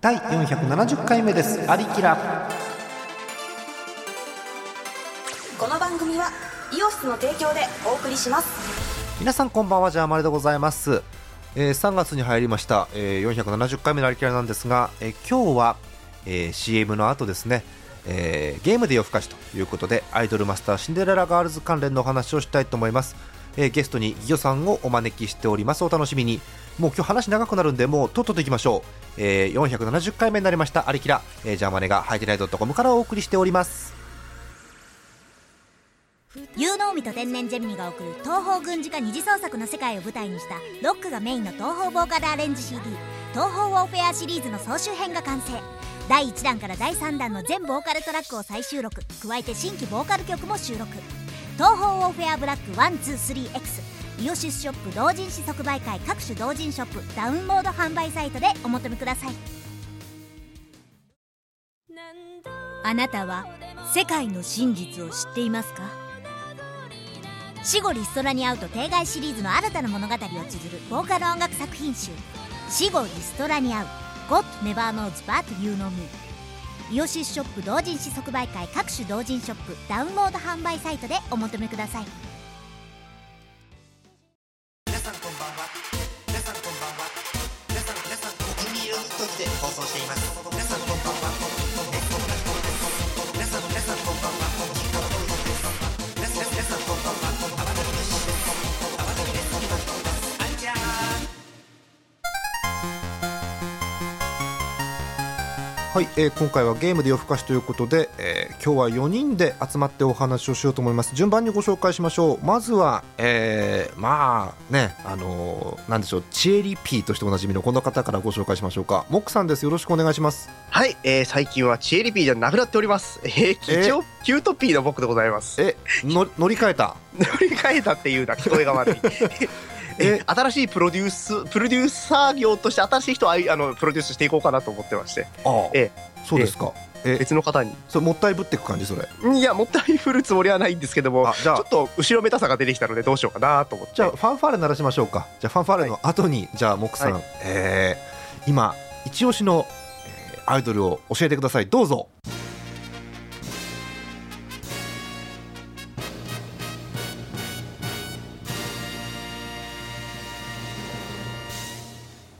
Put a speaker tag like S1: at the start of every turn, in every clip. S1: 第470回目です「アリキラ
S2: この番組はイオシスの提供でお送りします」
S1: 皆さんこんばんはジャーマルでございます、えー3月に入りました、えー470回目の「アリキラ」なんですが、えー今日は、えー CM の後ですね、えーゲームで夜更かしということでアイドルマスターシンデレラガールズ関連のお話をしたいと思います、えーゲストにギョさんをお招きしておりますお楽しみにもう今日話長くなるんでもうとっとといきましょう、えー470回目になりました「アリキラ」えージャーマネがハイテナイドットコムからお送りしております
S3: 有能海と天然ジェミニが送る東方軍事化二次創作の世界を舞台にしたロックがメインの東方ボーカルアレンジ CD「東方ウォーフェア」シリーズの総集編が完成第1弾から第3弾の全ボーカルトラックを再収録加えて新規ボーカル曲も収録「東方ウォーフェアブラック 123X」イオシスショップ同人誌即売会各種同人ショップダウンロード販売サイトでお求めくださいあなたは世界の真実を知っていますか死後リストラに会うと定外シリーズの新たな物語を綴るボーカル音楽作品集「死後リストラに会う God Never Knows But You Know Me」イオシスショップ同人誌即売会各種同人ショップダウンロード販売サイトでお求めください
S1: はい、えー今回はゲームで夜更かしということで、えー今日は4人で集まってお話をしようと思います順番にご紹介しましょうまずは、えーまあねあのーなんでしょうチエリピーとしておなじみのこの方からご紹介しましょうかモックさんですよろしくお願いします
S4: はい、えー、最近はチエリピーじゃなくなっております。えー、一応キュートピーの僕でございます。
S1: えの乗り換えた
S4: 乗り換えたっていうな、聞こえが悪い。
S1: え
S4: え 新しいプロデュース、プロデューサー業として新しい人をあいあのプロデュースしていこうかなと思ってまして、
S1: ああ
S4: え
S1: そうですかえ
S4: 別の方に。
S1: それもったいぶってく感じそれ
S4: いや、もったい振るつもりはないんですけども、
S1: あじゃ
S4: ちょ
S1: あ
S4: っと後ろめたさが出てきたのでどうしようかなと思って。
S1: じゃあファンファーレ鳴らしましょうかじゃあファンファーレの後に、じゃあモックさん、
S4: は
S1: えー今一押しの、えーアイドルを教えてくださいどうぞ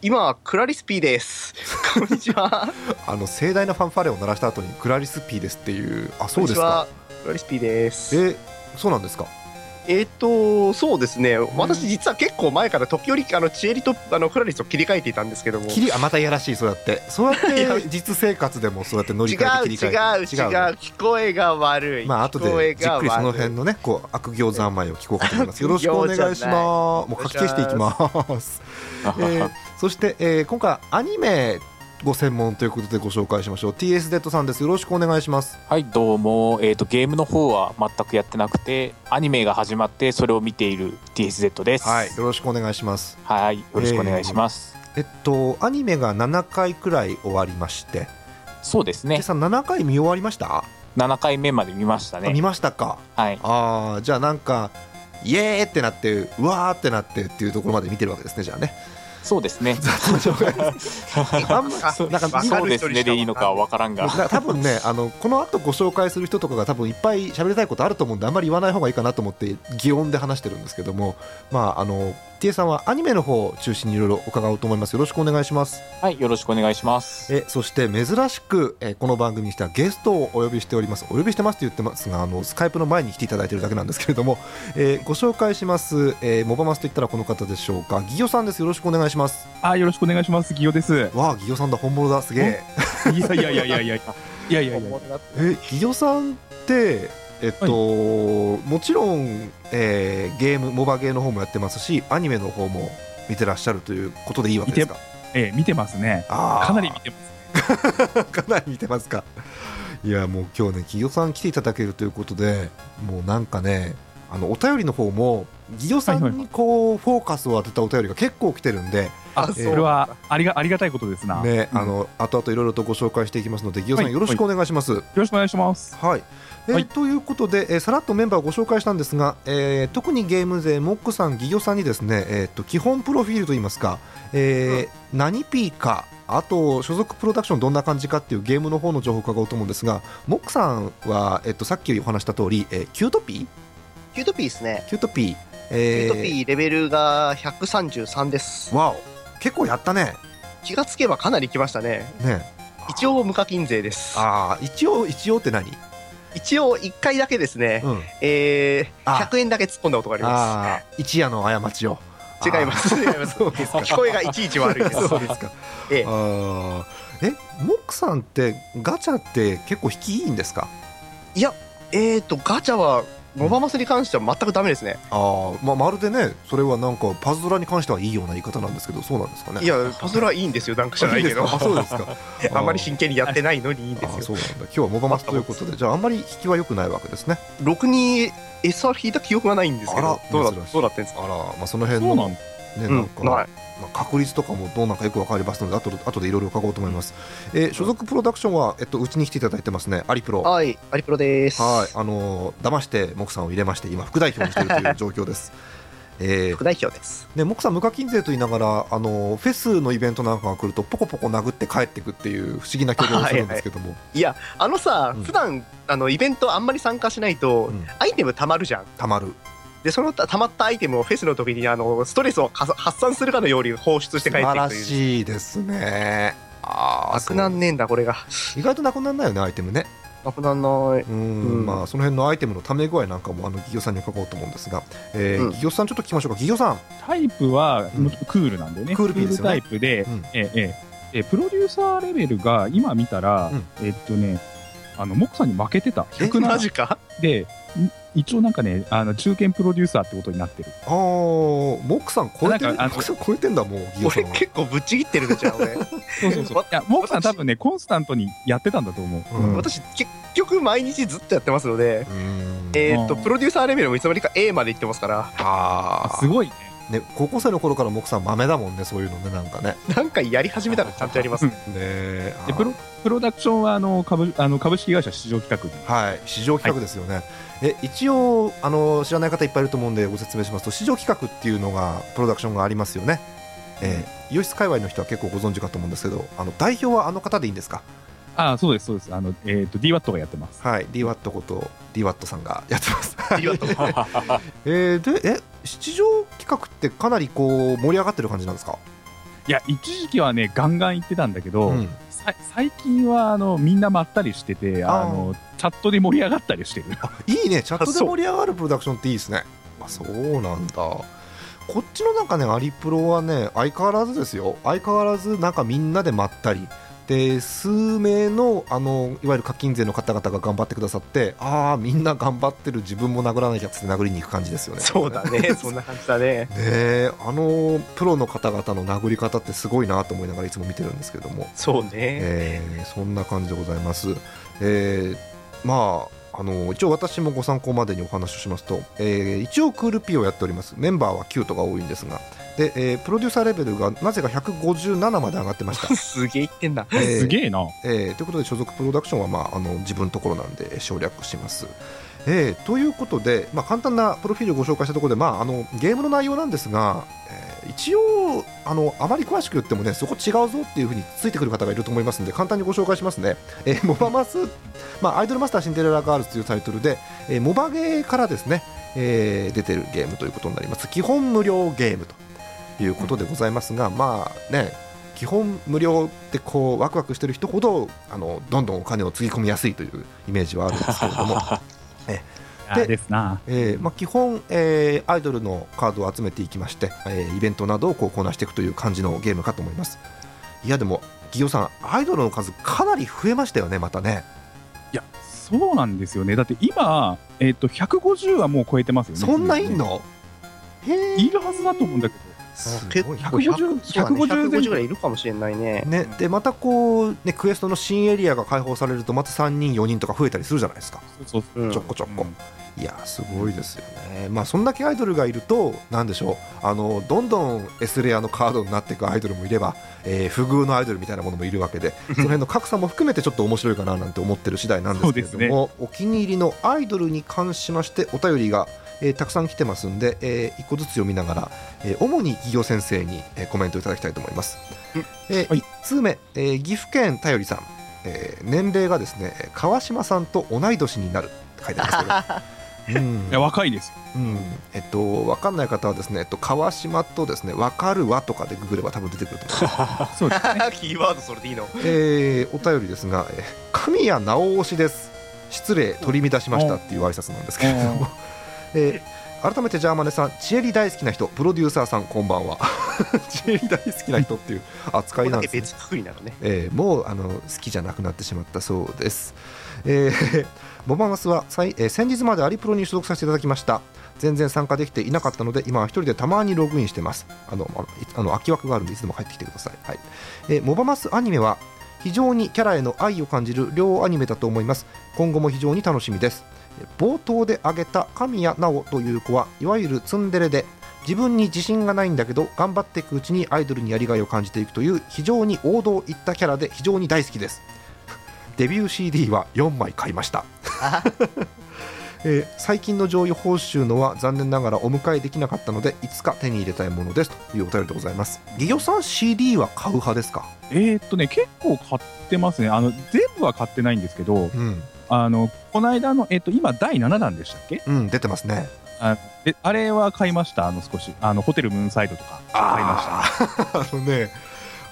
S4: 今、クラリスピ ーです。こんにちは。
S1: あの盛大なファンファレを鳴らした後にクラリスピーですっていうあそうですか
S4: こんにちは。クラリスピーです。
S1: えそうなんですか
S4: えー、とそうですね、私、実は結構前から時折、あのチエリとあのクラリスを切り替えていたんですけども、
S1: 切りあまたいやらしいそうやってそう
S4: い
S1: やっ
S4: や
S1: て実生活でもそうやって乗り
S4: 違う違う違う
S1: 換えて切り替えてうね
S4: 聞こえが悪い
S1: まあ後
S4: 聞こえ
S1: でじっ
S4: が悪
S1: く
S4: い
S1: りその辺のねこう悪行三昧を聞こうかと思いますよろしくお願いします
S4: 悪行じゃない
S1: もう確定していきます、 えーそして、えー今回はアニメご専門ということでご紹介しましょう TSZ さんですよろしくお願いします
S5: はいどうも、えー、とゲームの方は全くやってなくてアニメが始まってそれを見ている TSZ です
S1: はいよろしくお願いします
S5: はいよろしくお願いします、
S1: えっとアニメが7回くらい終わりまして
S5: そうです
S1: 今
S5: ね
S1: 朝7回見終わりました、
S5: 7回目まで見ました
S1: あ見
S5: ね
S1: ましたか
S5: はい
S1: ああじゃあなんかイエーってなってうわーってなってっていうところまで見てるわけですねじゃあね
S5: そうですね
S1: あんま
S4: あ
S5: そう
S4: なんか
S5: そうですねでいいのかは分からんが
S1: な多分ねあのこの後ご紹介する人とかが多分いっぱい喋りたいことあると思うんであんまり言わない方がいいかなと思って擬音で話してるんですけどもまああの T さんはアニメの方を中心にいろいろ伺おうと思いますよろしくお願いします
S5: はいよろしくお願いします
S1: えそして珍しく、えーこの番組にしてはゲストをお呼びしておりますお呼びしてますって言ってますがあのスカイプの前に来ていただいてるだけなんですけれども、えーご紹介します、えーモバマスといったらこの方でしょうかギヨさんですよろしくお願いします
S6: あ、よろしくお願いします。ギオです。
S1: わあギヨさんだ本物だすげえ
S6: いやいやいやいやいやいやいやいや。
S1: えギヨさんってえっと、もちろん、えーゲームモバゲーの方もやってますしアニメの方も見てらっしゃるということでいいわけですか
S6: えー見てますね。
S1: あー
S6: かなり見てます。
S1: かなり似てますかいやもう今日ねギヨさん来ていただけるということでもうなんかねあのお便りの方もギヨさ
S6: はい
S1: ん
S6: はいは
S1: にこうフォーカスを当てたお便りが結構来てるんで、
S4: あ
S6: それはありがありがたいことですな。よ
S1: ね、あの後々いろいろとご紹介していきますのでギヨさ
S6: は
S1: ん
S6: い
S1: よろしくお願いします。
S6: ろしくお願いします。
S1: はい、えー
S6: はい
S1: ということで、えーさらっとメンバーをご紹介したんですが、えー特にゲーム勢モックさん、ギギョさんにですね、えー、と基本プロフィールといいますか、えー何 P か、あと所属プロダクションどんな感じかっていうゲームの方の情報を伺おうと思うんですがモックさんは、えっと、さっきお話した通り、えーキュートピー
S4: キュートピーですね。
S1: キュートピー、え
S4: キュートピ
S1: ー
S4: ーレベルが133です。
S1: わお結構やったね
S4: 気がつけばかなり来ましたね。
S1: ね
S4: 一応無課金税です。
S1: ああ一応一応って何、
S4: 一応1回だけですね、
S1: うん、
S4: えー、
S1: あ
S4: 100円だけ突っ込んだことがありま
S1: ああ一夜の過ちを
S4: す。違います。違います。
S1: そうですか
S4: 聞こえがいちいち悪いです。
S1: そうですか。
S4: ええ
S1: あーえ、モックさんってガチャって結構引きいいんですか。
S4: えーと、ガチャは、モバマスに関しては全くダメですね。
S1: ああ、ままるでね、それはなんかパズドラに関してはいいような言い方なんですけど、そうなんですかね。
S4: いや、パズルはいいんですよ、なんか知
S1: じゃ
S4: らないけど。
S1: あ、そうですか。
S4: あんまり真剣にやってないのにいいん
S1: あ
S4: で
S1: ー、
S4: す
S1: そ
S4: よ。
S1: うなんだ。今日はモバマスということで、じゃああんまり引きは良くないわけですね。
S4: ろくに SR 引いた記憶がないんですけど、
S1: あら
S4: どうだ
S1: 珍しい
S4: どうだってんです
S1: あ、
S4: から
S1: まあその辺
S6: そ
S1: の
S6: うなん
S1: ね、
S6: だ
S1: なんか。
S4: うん、ない。
S1: まあ確率とかもどうなんかよくわかりますので、後で後でいろいろ伺おうと思います。えー所属プロダクションはえっとうちに来ていただいてますね。アリプロ。
S4: はい、アリプロです。
S1: はい、あのー騙してモクさんを入れまして今副代表にしていると いう状況です。えー
S4: 副、代表です。
S1: でモクさん無課金税と言いながらあのーフェスのイベントなんかが来るとポコポコ殴って帰ってくっていう不思議な挙動をするんですけども、
S4: あのさ、
S1: うん
S4: 普段あのイベントあんまり参加しないと、
S1: うん
S4: アイテム貯まるじゃん。
S1: たまる。
S4: で、そのた溜まったアイテムをフェスの時にあのストレスをかさ発散するかのように放出して
S1: 素
S4: 帰って
S1: 晴
S4: いく
S1: ら
S4: という。
S1: しいですね。ああ、
S4: なくなんねえんだ、これが。
S1: そう意外となくなんないよねアイテムね。
S4: なくなんない。
S1: うーん
S4: うん
S1: まあその辺のアイテムのため具合なんかもあの企業さんに伺おうと思うんですが、えー
S4: うん
S1: 企業さんちょっと聞きましょうか企業さん。
S6: タイプは
S1: うん
S6: もうちょっとクールなんだよね。
S1: クールピーですよね
S6: クールタイプで、
S1: うん
S6: ええええええプロデューサーレベルが今見たら、
S1: うん
S6: えっとね、あの、モクさんに負けてた。
S4: マ
S6: 107
S4: ジか
S6: で、ん一応なんかね、あの、中堅プロデューサーってことになってる。
S1: ああモクさん超えてる
S6: なんかあ
S1: モ
S6: の
S1: クさん超えてんだもう企業さ
S4: 俺
S1: んは。
S4: 結構ぶっちぎってるのじゃん、俺。
S6: そうそう そう。いや、モクさん多分ね、コンスタントにやってたんだと思う。
S1: うん
S4: 私、結局毎日ずっとやってますので、
S1: うーん
S4: えーっと、
S6: うん
S4: プロデューサーレベルもいつの間にか A まで行ってますから、
S1: あ
S6: あ
S1: ー
S6: すごいね。
S1: ね、高校生の頃から木さん豆だもんねそういうのねなんかね
S4: なんかやり始めたらちゃんとやりますね。
S1: ね
S6: でプロプロダクションはあの株あの株式会社市場企画に
S1: はい市場企画ですよね、え一応あの知らない方いっぱいいると思うんでご説明しますと市場企画っていうのがプロダクションがありますよねえー、洋室界隈の人は結構ご存知かと思うんですけどあの代表はあの方でいいんですか
S6: ああそうですそうですあの、えー、と DWAT がやってます
S1: はい DWAT こと DWAT さんがやって ます、
S4: ありがとう。
S1: えー、でえ市場企画ってかなりこう盛り上がってる感じなんですか
S6: いや一時期はねガンガン行ってたんだけど、
S1: ん、
S6: さ最近はあのみんなまったりしててあ
S1: あー
S6: のチャットで盛り上がったりしてる
S1: いいねチャットで
S4: そう
S1: 盛り上がるプロダクションっていいですねあそうなんだこっちのなんかねアリプロはね相変わらずですよ相変わらずなんかみんなでまったりで数名のあのいわゆる課金税の方々が頑張ってくださってああみんな頑張ってる自分も殴らなきゃっつって殴りに行く感じですよね
S4: そうだね、 そんな感じだね。
S1: ねえあのプロの方々の殴り方ってすごいなと思いながらいつも見てるんですけれども
S4: そうね。
S1: えーそんな感じでございます。えーまああの一応私もご参考までにお話をしますと、えー一応クール P をやっておりますメンバーは9とか多いんですがで、えープロデューサーレベルがなぜか157まで上がってま した、
S4: すげえ言ってんな。
S1: えー
S6: すげえな、
S1: えーということで所属プロダクションは、まあ、あの自分のところなんで省略します。えーということで、まあ、簡単なプロフィールをご紹介したところで、まあ、あのゲームの内容なんですが、えー一応あのあまり詳しく言ってもねそこ違うぞっていうふうについてくる方がいると思いますので簡単にご紹介しますね、えーモバマス、まあ、アイドルマスターシンデレラガールズというタイトルで、えーモバゲーからですね、えー出てるゲームということになります基本無料ゲームということでございますが、まあね基本無料ってこうワクワクしてる人ほどあのどんどんお金をつぎ込みやすいというイメージはあるんですけれども、
S6: あーですな
S1: えーまあ、基本、えーアイドルのカードを集めていきまして、えーイベントなどをこうこなしていくという感じのゲームかと思いますいやでも企業さんアイドルの数かなり増えましたよねまたね
S6: いやそうなんですよねだって今、えっと150はもう超えてますよね
S1: そんないんのへえ
S6: いるはずだと思うんだけ
S1: す
S4: 結
S1: ごい
S4: 構150
S6: 150
S4: そうだね
S6: 前後
S4: 150ぐらいいるかもしれないね。
S1: ね、でまたこう、ね、クエストの新エリアが開放されるとまた3人4人とか増えたりするじゃないですか
S6: どそう
S4: うん
S1: ちょこちょこ、いやーすごいですよね、まあ、そんだけアイドルがいると、なんでしょうあの、どんどん S レアのカードになっていくアイドルもいれば、えー不遇のアイドルみたいなものもいるわけで、その辺の格差も含めてちょっと面白いかななんて思ってる次第なんですけれども、お気に入りのアイドルに関しまして、お便りが、えーたくさん来てますんで、え1個ずつ読みながら、えー主に企業先生に、えーコメントいただきたいと思います、えー
S6: はい
S1: 1通目、えー岐阜県たよりさん、えー年齢がですねえー川島さんと同い年になるって書いてありますけ どうん
S6: いや若いですよ
S1: うんえっと、分かんない方はですね、えっと、川島とですね分かるわとかでググれば多分出てくると思い ます、
S6: そうですね
S4: キーワードそれでいいの。
S1: えーお便りですが、えー神谷直推しです失礼取り乱しましたっていう挨拶なんですけれども、 えー改めてジャーマネさんチエリ大好きな人プロデューサーさんこんばんは チエリ大好きな人っていう扱
S4: こ
S1: い
S4: れ
S1: なん
S4: だけ
S1: ですね
S4: 別くくりなのね。
S1: えーもうあの好きじゃなくなってしまったそうです、えー ボバマスはさい、えー先日までアリプロに所属させていただきました全然参加できていなかったので今は一人でたまにログインしてますあのあのいあの空き枠があるんでいつでも入ってきてください、はいえーモバマスアニメは非常にキャラへの愛を感じる両アニメだと思います今後も非常に楽しみですえー冒頭で挙げた神谷直という子はいわゆるツンデレで自分に自信がないんだけど頑張っていくうちにアイドルにやりがいを感じていくという非常に王道いったキャラで非常に大好きです デビュー CD は4枚買いました、 えー最近の上位報酬のは残念ながらお迎えできなかったのでいつか手に入れたいものですというお便りでございますギギョさん CD は買う派ですか
S6: えーっとね結構買ってますねあの全部は買ってないんですけど
S1: うん、
S6: あのこの間のえっと今第7弾でしたっけ
S1: うん、出てますね
S6: であれは買いましたあの少しあのホテルムーンサイドとか買いました
S1: したあのね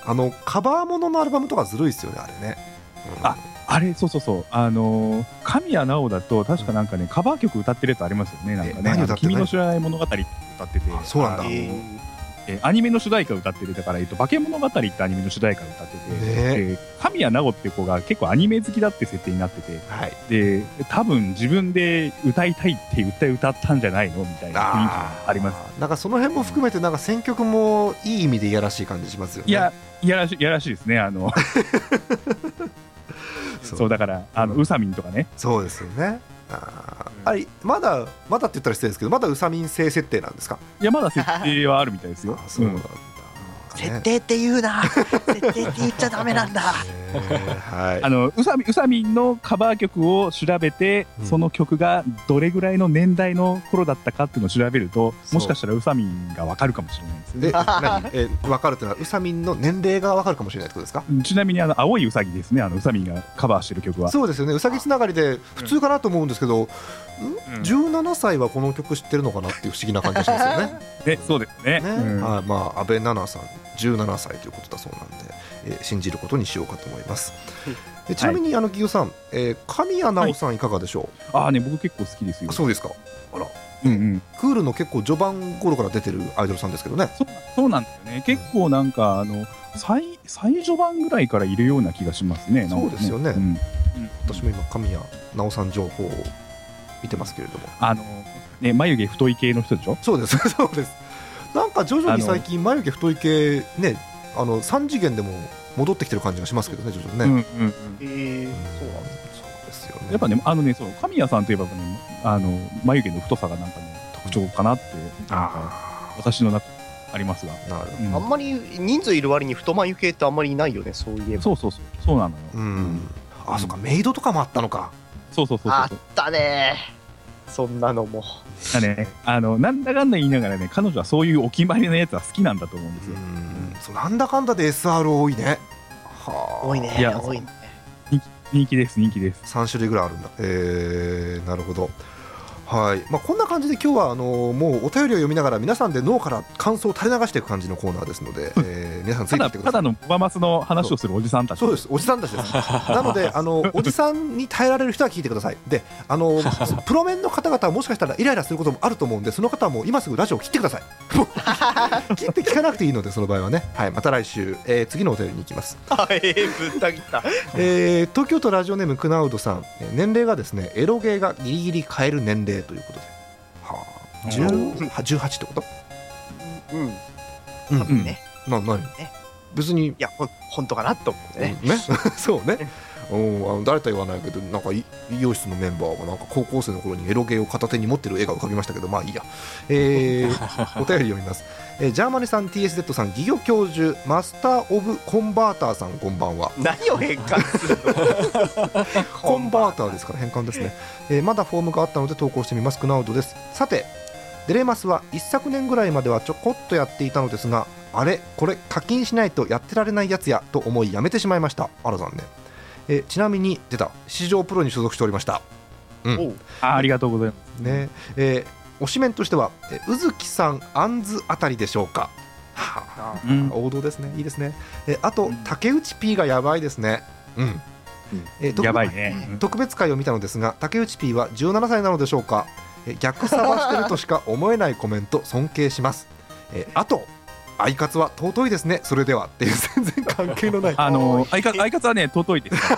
S1: あのカバーもののアルバムとかずるいですよねあれね、うん
S6: ああれそうそうそうあのー神谷直だと確かなんかねカバー曲歌ってるやつありますよねなんか
S1: え
S6: ね
S1: 何
S6: あ
S1: 歌
S6: の
S1: ってる
S6: 君の知らない物語歌ってて
S1: あそうなんだ
S6: あ
S1: あ
S6: の
S1: ー
S4: え
S6: ーえアニメの主題歌歌ってるだから、えっと、化け物語ってアニメの主題歌歌ってて、
S1: ね
S6: で神谷直って子が結構アニメ好きだって設定になってて
S1: はい
S6: で多分自分で歌いたいって言って歌ったんじゃないのみたいな雰囲気があります
S1: なんかその辺も含めてなんか選曲もいい意味でいやらしい感じしますよね
S6: いや、いやらしい、いやらしいですね。あの。
S1: そ
S6: そううだから、あの、
S1: うん
S6: うさみんとかね。
S1: そうですよねあー
S6: うん
S1: あれまだまだって言ったら失礼ですけどまだうさみん性設定なんですか
S6: いや、まだ設定はあるみたいですよ
S1: あ。そうなんだ、
S4: 設
S1: ね
S4: 定って言うな。設定って言っちゃダメなんだ。
S1: えーはい
S6: あのうさみうさみんのカバー曲を調べて、
S1: うん
S6: その曲がどれぐらいの年代の頃だったかっていうのを調べると
S1: そう
S6: もしかしたらうさみんがわかるかもしれないです
S1: で
S6: ね
S1: 何え分かるというのはうさみんの年齢が分かるかもしれないってことですか
S6: ちなみにあの青いうさぎですねあのうさみんがカバーしてる曲は
S1: そうですよねうさぎつながりで普通かなと思うんですけど、
S6: うん
S1: 17歳はこの曲知ってるのかなっていう不思議な感じがしますよね。
S6: ねそうですね
S1: ね
S6: うん
S1: はいまあ、安倍奈々さん17歳ということだそうなんで、えー信じることにしようかと思います。えちなみに、あの企業さん、えー神谷直さんいかがでしょう、
S6: ああね僕結構好きですよ
S1: あそうですかあら
S6: うんうん
S1: クールの結構序盤頃から出てるアイドルさんですけどね
S6: そうそうなんですよね結構なんかあの最最序盤ぐらいからいるような気がしますねなんか
S1: そうですよね
S6: うんうん
S1: 私も今神谷直さん情報を見てますけれども
S6: あのね眉毛太い系の人でしょ
S1: そうです そうですなんか徐々に
S6: あの
S1: 最近眉毛太い系ねあの3次元でも戻ってきてる感じがしますけどね徐々にね、
S6: うん
S1: うん
S6: うんうん
S4: えー
S1: そ
S4: そううなんだ。
S1: ですよね
S6: やっぱね、あのね、そう、神谷さんといえば、ね、あの、眉毛の太さがなんかね、特徴かなって、なんか
S1: あ
S6: 私の中、ありますが。
S1: あなるほど
S6: うん
S4: あんまり人数いる割に太眉系ってあんまりいないよね、そういえば。
S6: そうそうそう、そうなのよ。
S1: うん、あ、そっか、メイドとかもあったのか。
S6: そうそうそう
S4: あ
S6: そう。
S4: ったねそんなのも。
S6: だね、あの、なんだかんだ言いながらね、彼女はそういうお決まりのやつは好きなんだと思うんです
S1: う
S6: よ。
S1: ん、そうなんだかんだで SR 多いね。はあ
S4: 多いね。
S6: いや
S4: 多いね。
S6: 人気です、人気です。
S1: 3種類ぐらいあるんだ。えー、なるほど。はいまあ、こんな感じで今日はあのーもうお便りを読みながら皆さんで脳から感想を垂れ流していく感じのコーナーですので、えー皆さんつい
S6: た
S1: て
S6: だ、
S1: きてく
S6: た
S1: ださ
S6: だ
S1: い。
S6: のボバマスの話をするおじさんたち。
S1: そうですおじさんたちですなのであ のおじさんに耐えられる人は聞いてくださいであの プロ面の方々はもしかしたらイライラすることもあると思うんでその方はもう今すぐラジオを切ってください もう切って聞かなくていいのでその場合はね、はい、また来週、えー次のお便りに行きます
S4: あえー、ぶった切った。
S1: えー東京都ラジオネームクナウドさんえー年齢がですねエロゲーがギリギリ変える年齢ということで、はあ、10 18ってこと
S4: うん。
S1: うん
S4: 多分ね。
S1: な何
S4: ね
S1: 別に
S4: いや、ほん本当かなと思ってね。
S1: ね そうねうん、あの誰とは言わないけどなんかい医療室のメンバーがなんか高校生の頃にエロゲーを片手に持ってる絵が浮かびましたけどまあいいや、え ーお便り読みます、えージャーマネさん TSZ さんギギョ教授マスター・オブ・コンバーターさんこんばんは
S4: 何を変換するの
S1: コンバーターですから変換ですね、えーまだフォームがあったので投稿してみますクナウドですさてデレマスは一昨年ぐらいまではちょこっとやっていたのですがあれこれ課金しないとやってられないやつやと思いやめてしまいましたあら残念えーちなみに出た市場プロに所属しておりました
S6: あありがとうございます
S1: ねえー、推しメンとしてはえー宇月さんあんずあたりでしょうかはあ
S6: うん
S1: 王道ですねいいですねえーあと竹内 P がやばいですねうんえー特
S6: やばいねうん
S1: 特別会を見たのですが竹内 P は17歳なのでしょうかえー逆さばしてるとしか思えないコメント尊敬しますえーあと相方は尊いですねそれではっていう 全然関係のない
S6: あの相方相方はね尊いです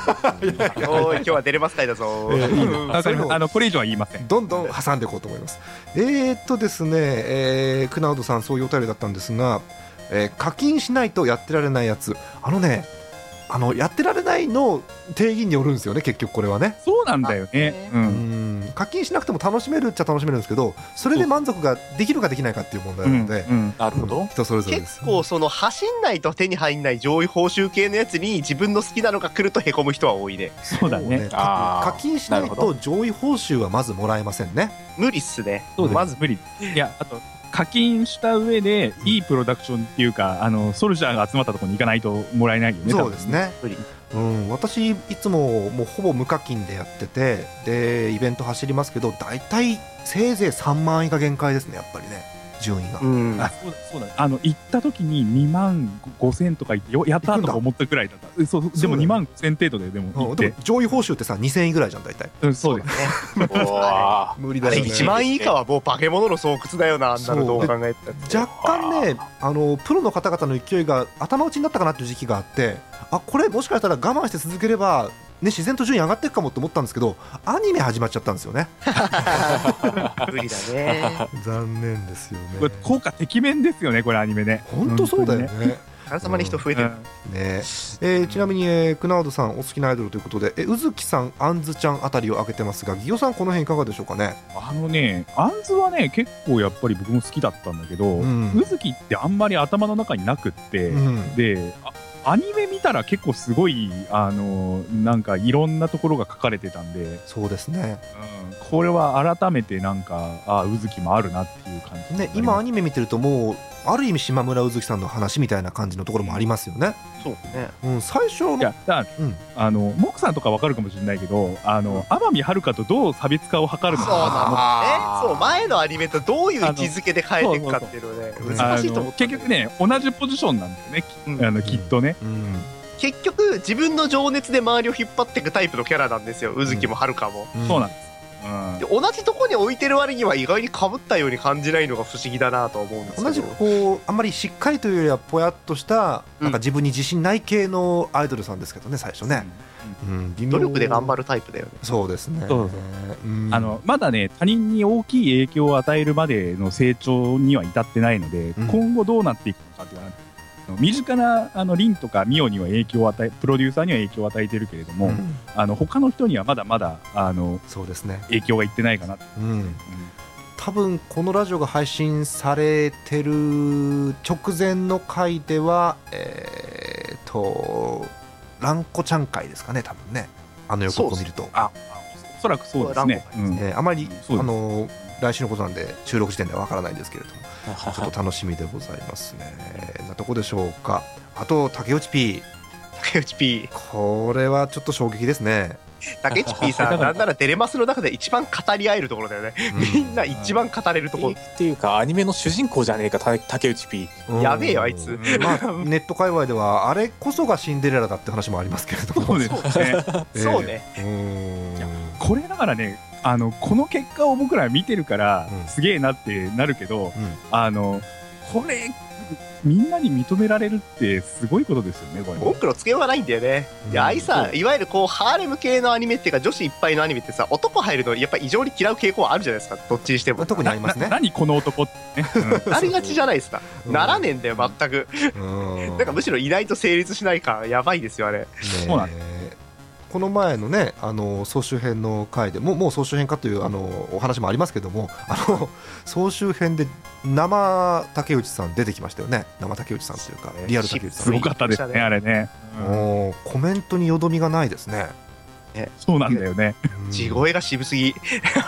S4: おい今日は出れますかいだぞ
S1: えーいい
S4: うん
S1: な
S6: わか
S1: そう
S6: り
S1: いう
S6: ま
S1: の
S6: すあのこれ以上は言いません
S1: どんどん挟んでいこうと思います。えー、っとですね、えー、クナウドさん、そういうお便りだったんですが、えー課金しないとやってられないやつ、あのね、あのやってられないの定義によるんですよね、結局これはね。
S6: そうなんだよねう
S1: うんん課金しなくても楽しめるっちゃ楽しめるんですけど、それで満足ができるかできないかっていう問題なので、
S6: うん
S5: なるほど。
S1: 人それぞれです
S4: 結。構その走んないと手に入んない上位報酬系のやつに自分の好きなのが来るとへこむ人は多いね
S6: そうだね
S5: あー
S1: 課金しない
S5: なるほ
S1: と上位報酬はまずもらえませんね。
S4: 無理っすね
S6: そうです
S4: まず
S6: 無理いやあと課金した上でいいプロダクションっていうかあのソルジャーが集まったところに行かないともらえないよね
S1: そうですね
S4: 無理。
S1: うん、私いつももうほぼ無課金でやっててでイベント走りますけど大体せいぜい3万以下限界ですねやっぱりね順位が、
S4: うん
S6: 多分あそうだそうだあの行った時に2万5千とか言ってよやったーとか思ったくらいだったえそうそうで
S1: そ
S6: も
S1: うだよ
S6: 2万5千程度ででも
S1: う
S6: 行
S1: ん
S6: っ
S1: で
S6: て
S1: も上位報酬ってさ2000位ぐらいじゃん大体
S6: うんそうです
S5: うわ
S1: 無理
S4: あ
S1: だ
S4: れ
S1: よ
S5: ね
S4: 1万以下はもう化け物の巣窟だよなあんなのどう考えたって
S1: 若干ねあのプロの方々の勢いが頭打ちになったかなっていう時期があってあこれもしかしたら我慢して続ければ、ね、自然と順位上がっていくかもって思ったんですけどアニメ始まっちゃったんですよね
S4: 無理だね
S1: 残念ですよ
S6: これ効果てきめんですよねこれアニメね
S1: 本当そうだよね
S4: あからさまに人増えてる
S6: 本
S1: ねえーちなみに、えー、クナウドさんお好きなアイドルということで、えー、うずきさん、あんずちゃんあたりを挙げてますが、ギオさん、この辺いかがでしょうかね。
S6: 当にねうんあのねアンズはね結構やっぱり僕も好きだったんだけど、
S1: う
S6: うんずきってあんまり頭の中になくって、
S1: うん、
S6: であアニメ見たら結構すごいあのなんかいろんなところが書かれてたんで、うん、
S1: そうですね
S6: これは改めてなんかああうずきもあるなっていう感じ
S1: ね今、ア
S6: ニ
S1: ニメ見てると、もうある意味、島村うずきさんの話みたいな感じのところもありますよね。
S4: そうね
S1: うん、最初
S6: メい
S1: の
S6: やだから、
S1: うん
S6: あのモクさんとかわかるかもしれないけどあの天海遥とどう差別化を図るの
S4: そう
S6: か
S4: な
S5: あ
S4: の
S5: ー
S4: ねそう前のアニメとどういう位置づけで変えていくかっていうのね
S1: そうそうそう
S6: あ
S4: 難しいと思
S6: の
S4: ったんだけ
S6: 結
S4: ど
S6: 局ね同じポジションなんだよねき,、
S4: うん
S6: あのきっとね、
S1: うん
S4: 結局自分の情熱で周りを引っ張っていくタイプのキャラなんですようずきもはるかも、
S1: うん
S6: そうなんです、うん
S4: で同じとこに置いてる割には意外にかぶったように感じないのが不思議だなと思うんですけど
S1: 同じくこうあんまりしっかりというよりはぽやっとしたなんか自分に自信ない系のアイドルさんですけどね最初ね、うん、
S4: 努力で頑張
S1: る
S4: るタイプだよね
S1: そうですね
S6: そうそ
S1: う
S6: う
S1: ん
S6: あのまだね他人に大きい影響を与えるまでの成長には至ってないので、
S1: ん
S6: 今後どうなっていくのかっていうのはあの身近なあのリンとかミオには影響を与えプロデューサーには影響を与えてるけれども、
S1: うん
S6: あの他の人にはまだまだあの
S1: そうですね
S6: 影響がいってないかなって、
S1: うん
S6: う
S1: 多分このラジオが配信されてる直前の回ではえー、と蘭子ちゃん会ですかね多分ねあの予告を見ると、
S6: あおそらくそうですね。うん
S1: えーあまり
S6: そうです
S1: あの来週のことなんで収録時点ではわからないんですけれどもちょっと楽しみでございますねなとこでしょうかあと竹内 P
S4: 竹内 P
S1: これはちょっと衝撃ですね、
S4: 竹内 P さんなんならテレマスの中で一番語り合えるところだよね、みんな一番語れるところ
S5: っていうかアニメの主人公じゃねえかた竹内 P
S1: うん
S4: やべえよあいつ
S1: まあ、ネット界隈ではあれこそがシンデレラだって話もありますけれども
S6: そうですね。
S1: えー
S4: そうね
S1: うーん
S6: いやこれだからねあのこの結果を僕ら見てるから、
S1: うん
S6: すげえなってなるけど、
S1: うん
S6: あのこれみんなに認められるってすごいことですよねこれね。
S4: 文句のつけようがないんだよね。い
S1: うん
S4: や、あいさ、いわゆるこう、ハーレム系のアニメっていうか、女子いっぱいのアニメってさ、男入るのやっぱ異常に嫌う傾向はあるじゃないですか、どっちにし て
S1: まあ
S4: も。
S1: 特にあります ね
S6: な。何この男ってね。
S4: ありがちじゃないですか。
S1: うん
S4: ならねえんだよ、全く。
S1: うん
S4: なんかむしろいないと成立しないから、やばいですよ、あれ。
S1: ねえ
S6: そうなん
S1: ここの前のねあの総集編の回でもうもう総集編かというあのお話もありますけどもあの総集編で生竹内さん出てきましたよね生竹内さんというかリアル竹内さ
S6: す
S1: ん
S6: ごかったですね、あれね。うん
S1: もうコメントによどみがないですね
S6: そうなんだよね。
S1: うん
S4: 地声が渋すぎ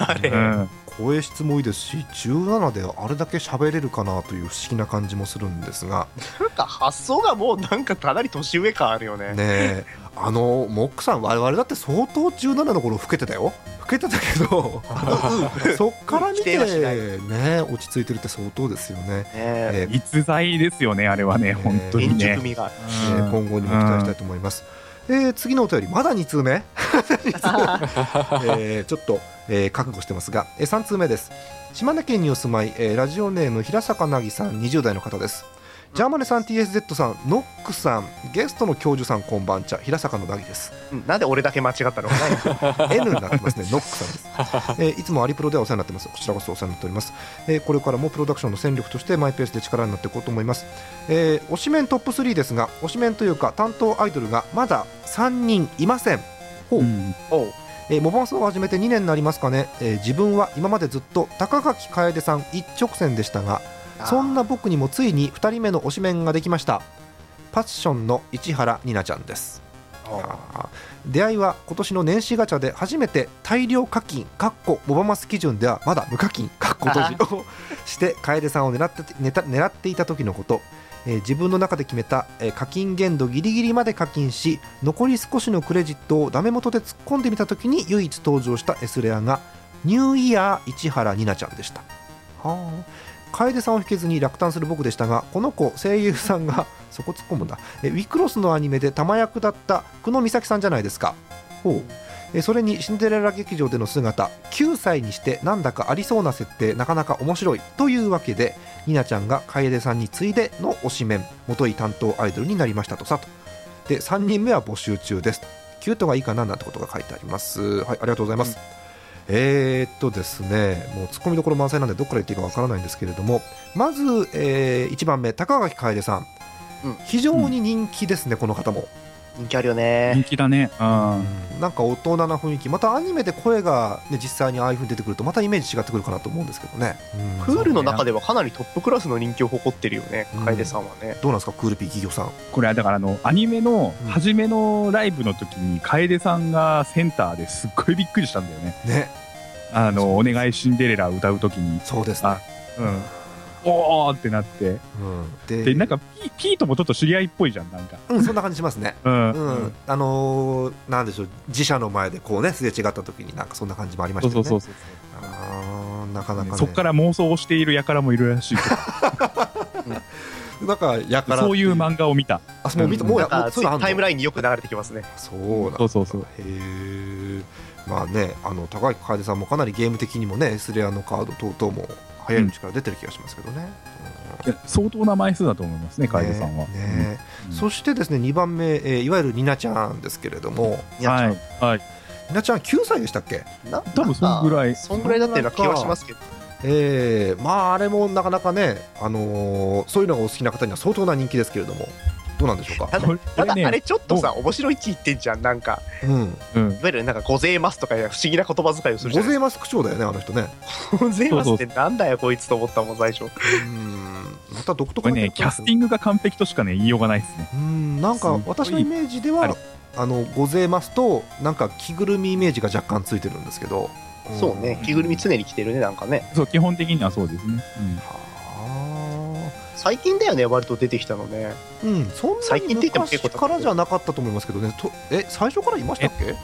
S4: あれ、
S6: うん
S1: 声質もいいですし17であれだけ喋れるかなという不思議な感じもするんですが
S4: なんか発想がもうなんかかなり年上感あるよね
S1: ねえあのモックさん我々だって相当17の頃老けてたよ老けてたけどあのそっから見
S4: 否
S1: て
S4: 定はしない
S1: ね落ち着いてるって相当ですよね、
S4: ね
S1: えー
S6: 逸材ですよね、あれはね、本当に
S4: 円
S6: ね
S4: 熟。味が
S1: え
S6: う
S1: ー
S6: ん
S1: 今後にも期待したいと思います、えー次のお便りまだ2通目えーちょっと、えー覚悟してますが、え3通目です島根県にお住まい、えーラジオネーム平坂なぎさん20代の方ですジャーマネさん TSZ さんノックさんゲストの教授さんこんばんちゃ平坂のなぎです
S4: うんなんで俺だけ間違ったの
S1: N になってますね、ノックさんです。えーいつもアリプロではお世話になってます。こちらこそお世話になっております。えーこれからもプロダクションの戦力としてマイペースで力になっていこうと思います。えー推しメントップ3ですが、推しメンというか担当アイドルがまだ3人いません。
S6: うん
S4: おう
S1: えーモバンスを始めて2年になりますかね、えー自分は今までずっと高垣楓さん一直線でしたが、 そんな僕にもついに2人目の推しメンができました。パッションの市原里奈ちゃんです。あー出会いは今年の年始ガチャで初めて大量課金かっこモバマス基準ではまだ無課金かっこ閉じを して楓さんを狙って てネタ狙っていた時のこと、えー自分の中で決めた、えー課金限度ギリギリまで課金し残り少しのクレジットをダメ元で突っ込んでみた時に唯一登場した S レアがニューイヤー市原里奈ちゃんでしたはあ楓さんを引けずに落胆する僕でしたがこの子声優さんがそこ突っ込むんだえウィクロスのアニメで玉役だった久野美咲さんじゃないですかほうえそれにシンデレラ劇場での姿9歳にしてなんだかありそうな設定なかなか面白いというわけでニナちゃんが楓さんに次いでの推しメン元い担当アイドルになりましたとさとで3人目は募集中ですキュートがいいかななんてことが書いてありますはいありがとうございます、えーっとですねもうツッコミどころ満載なんでどっから言っていいかわからないんですけれどもまず、え1番目高垣楓さん、
S4: うん
S1: 非常に人気ですね、この方も、
S4: 人気あるよ
S6: 人
S4: ね
S6: 気だね。うん
S1: なんか大人な雰囲気またアニメで声が、ね、実際にああいうふうに出てくるとまたイメージ違ってくるかなと思うんですけどね、
S4: クールの中ではかなりトップクラスの人気を誇ってるよね
S1: うん
S4: 楓さんはね
S1: どうなんですかクールピー企業さん
S6: これはだからあのアニメの
S1: うん
S6: 初めのライブの時に楓さんがセンターですっごいびっくりしたんだよね
S1: ね
S6: あの
S1: そ
S6: 「お願いシンデレラ」を歌う時に、
S1: そうですね
S6: あうん、おーってなって
S1: うん、
S6: でなんかピピートもちょっと知り合いっぽいじゃんなんか、
S1: うん、そんな感じしますね
S6: うん
S1: うんあのーなんでしょう自社の前でこうねすれ違った時になんかそんな感じもありま
S6: そ
S1: し
S6: う
S1: た
S6: そ
S1: よ
S6: う
S1: ね
S6: そうそう、
S1: あーなかなか、ね、
S6: そっから妄想をしている輩もいるらしいけ
S1: なんかやから
S6: どそういう
S1: 漫
S6: 漫画を見た
S1: あそうもう見た
S6: うん
S1: もう
S4: な
S1: や
S4: んか
S1: もう
S4: つ
S1: そう
S4: い
S1: いうのあんの
S4: タイムラインによく流れてきますね
S1: そうなんだ
S6: そうそうそう
S1: へえまあねあの高木楓さんもかなりゲーム的にもね S レアのカード等々も早いうちから出てる気がしますけどね、
S6: いや相当な枚数だと思いますね楓さんは、
S1: ねね
S6: うん
S1: そしてですね2番目、えーいわゆるニナちゃんですけれども
S6: うんはいはい
S1: ニナちゃん9歳でしたっけ
S4: な
S6: 多分そんぐらい
S4: そんぐらいだったような気はしますけど
S1: えーまああれもなかなかね、あのーそういうのがお好きな方には相当な人気ですけれどもどうなんでしょうか、
S4: ただ
S6: これ
S4: ただ
S6: これね
S4: あれちょっとさ面白い気言ってんじゃんなんか
S1: うん、
S6: うん
S4: いわゆるなんか「ごぜえます」とかいう不思議な言葉遣いをするじ
S1: ご
S4: ゃな
S1: ぜ
S4: い
S1: います口調だよねあの人ね
S4: ごぜえますってなんだよこいつと思ったもん最初
S1: うんまた独
S6: こ
S1: 特
S6: れ
S1: な
S6: ねキャスティングが完璧としかね言いようがないですね
S1: うんなんか
S6: すごい
S1: 私のイメージで
S6: あ
S1: は
S6: れ
S1: あのごぜいますとなんか着ぐるみイメージが若干ついてるんですけど、ん
S4: そうね着ぐるみ常に着てるねなんかね
S6: そう基本的にはそうですね、うん
S1: は
S4: 最近だよね割と出てきたのね
S1: あうんそんな
S4: 最
S1: に
S4: 近って言っても
S1: 昔
S4: 結構
S1: からじゃなかったと思いますけどねとえ最初からいましたっけ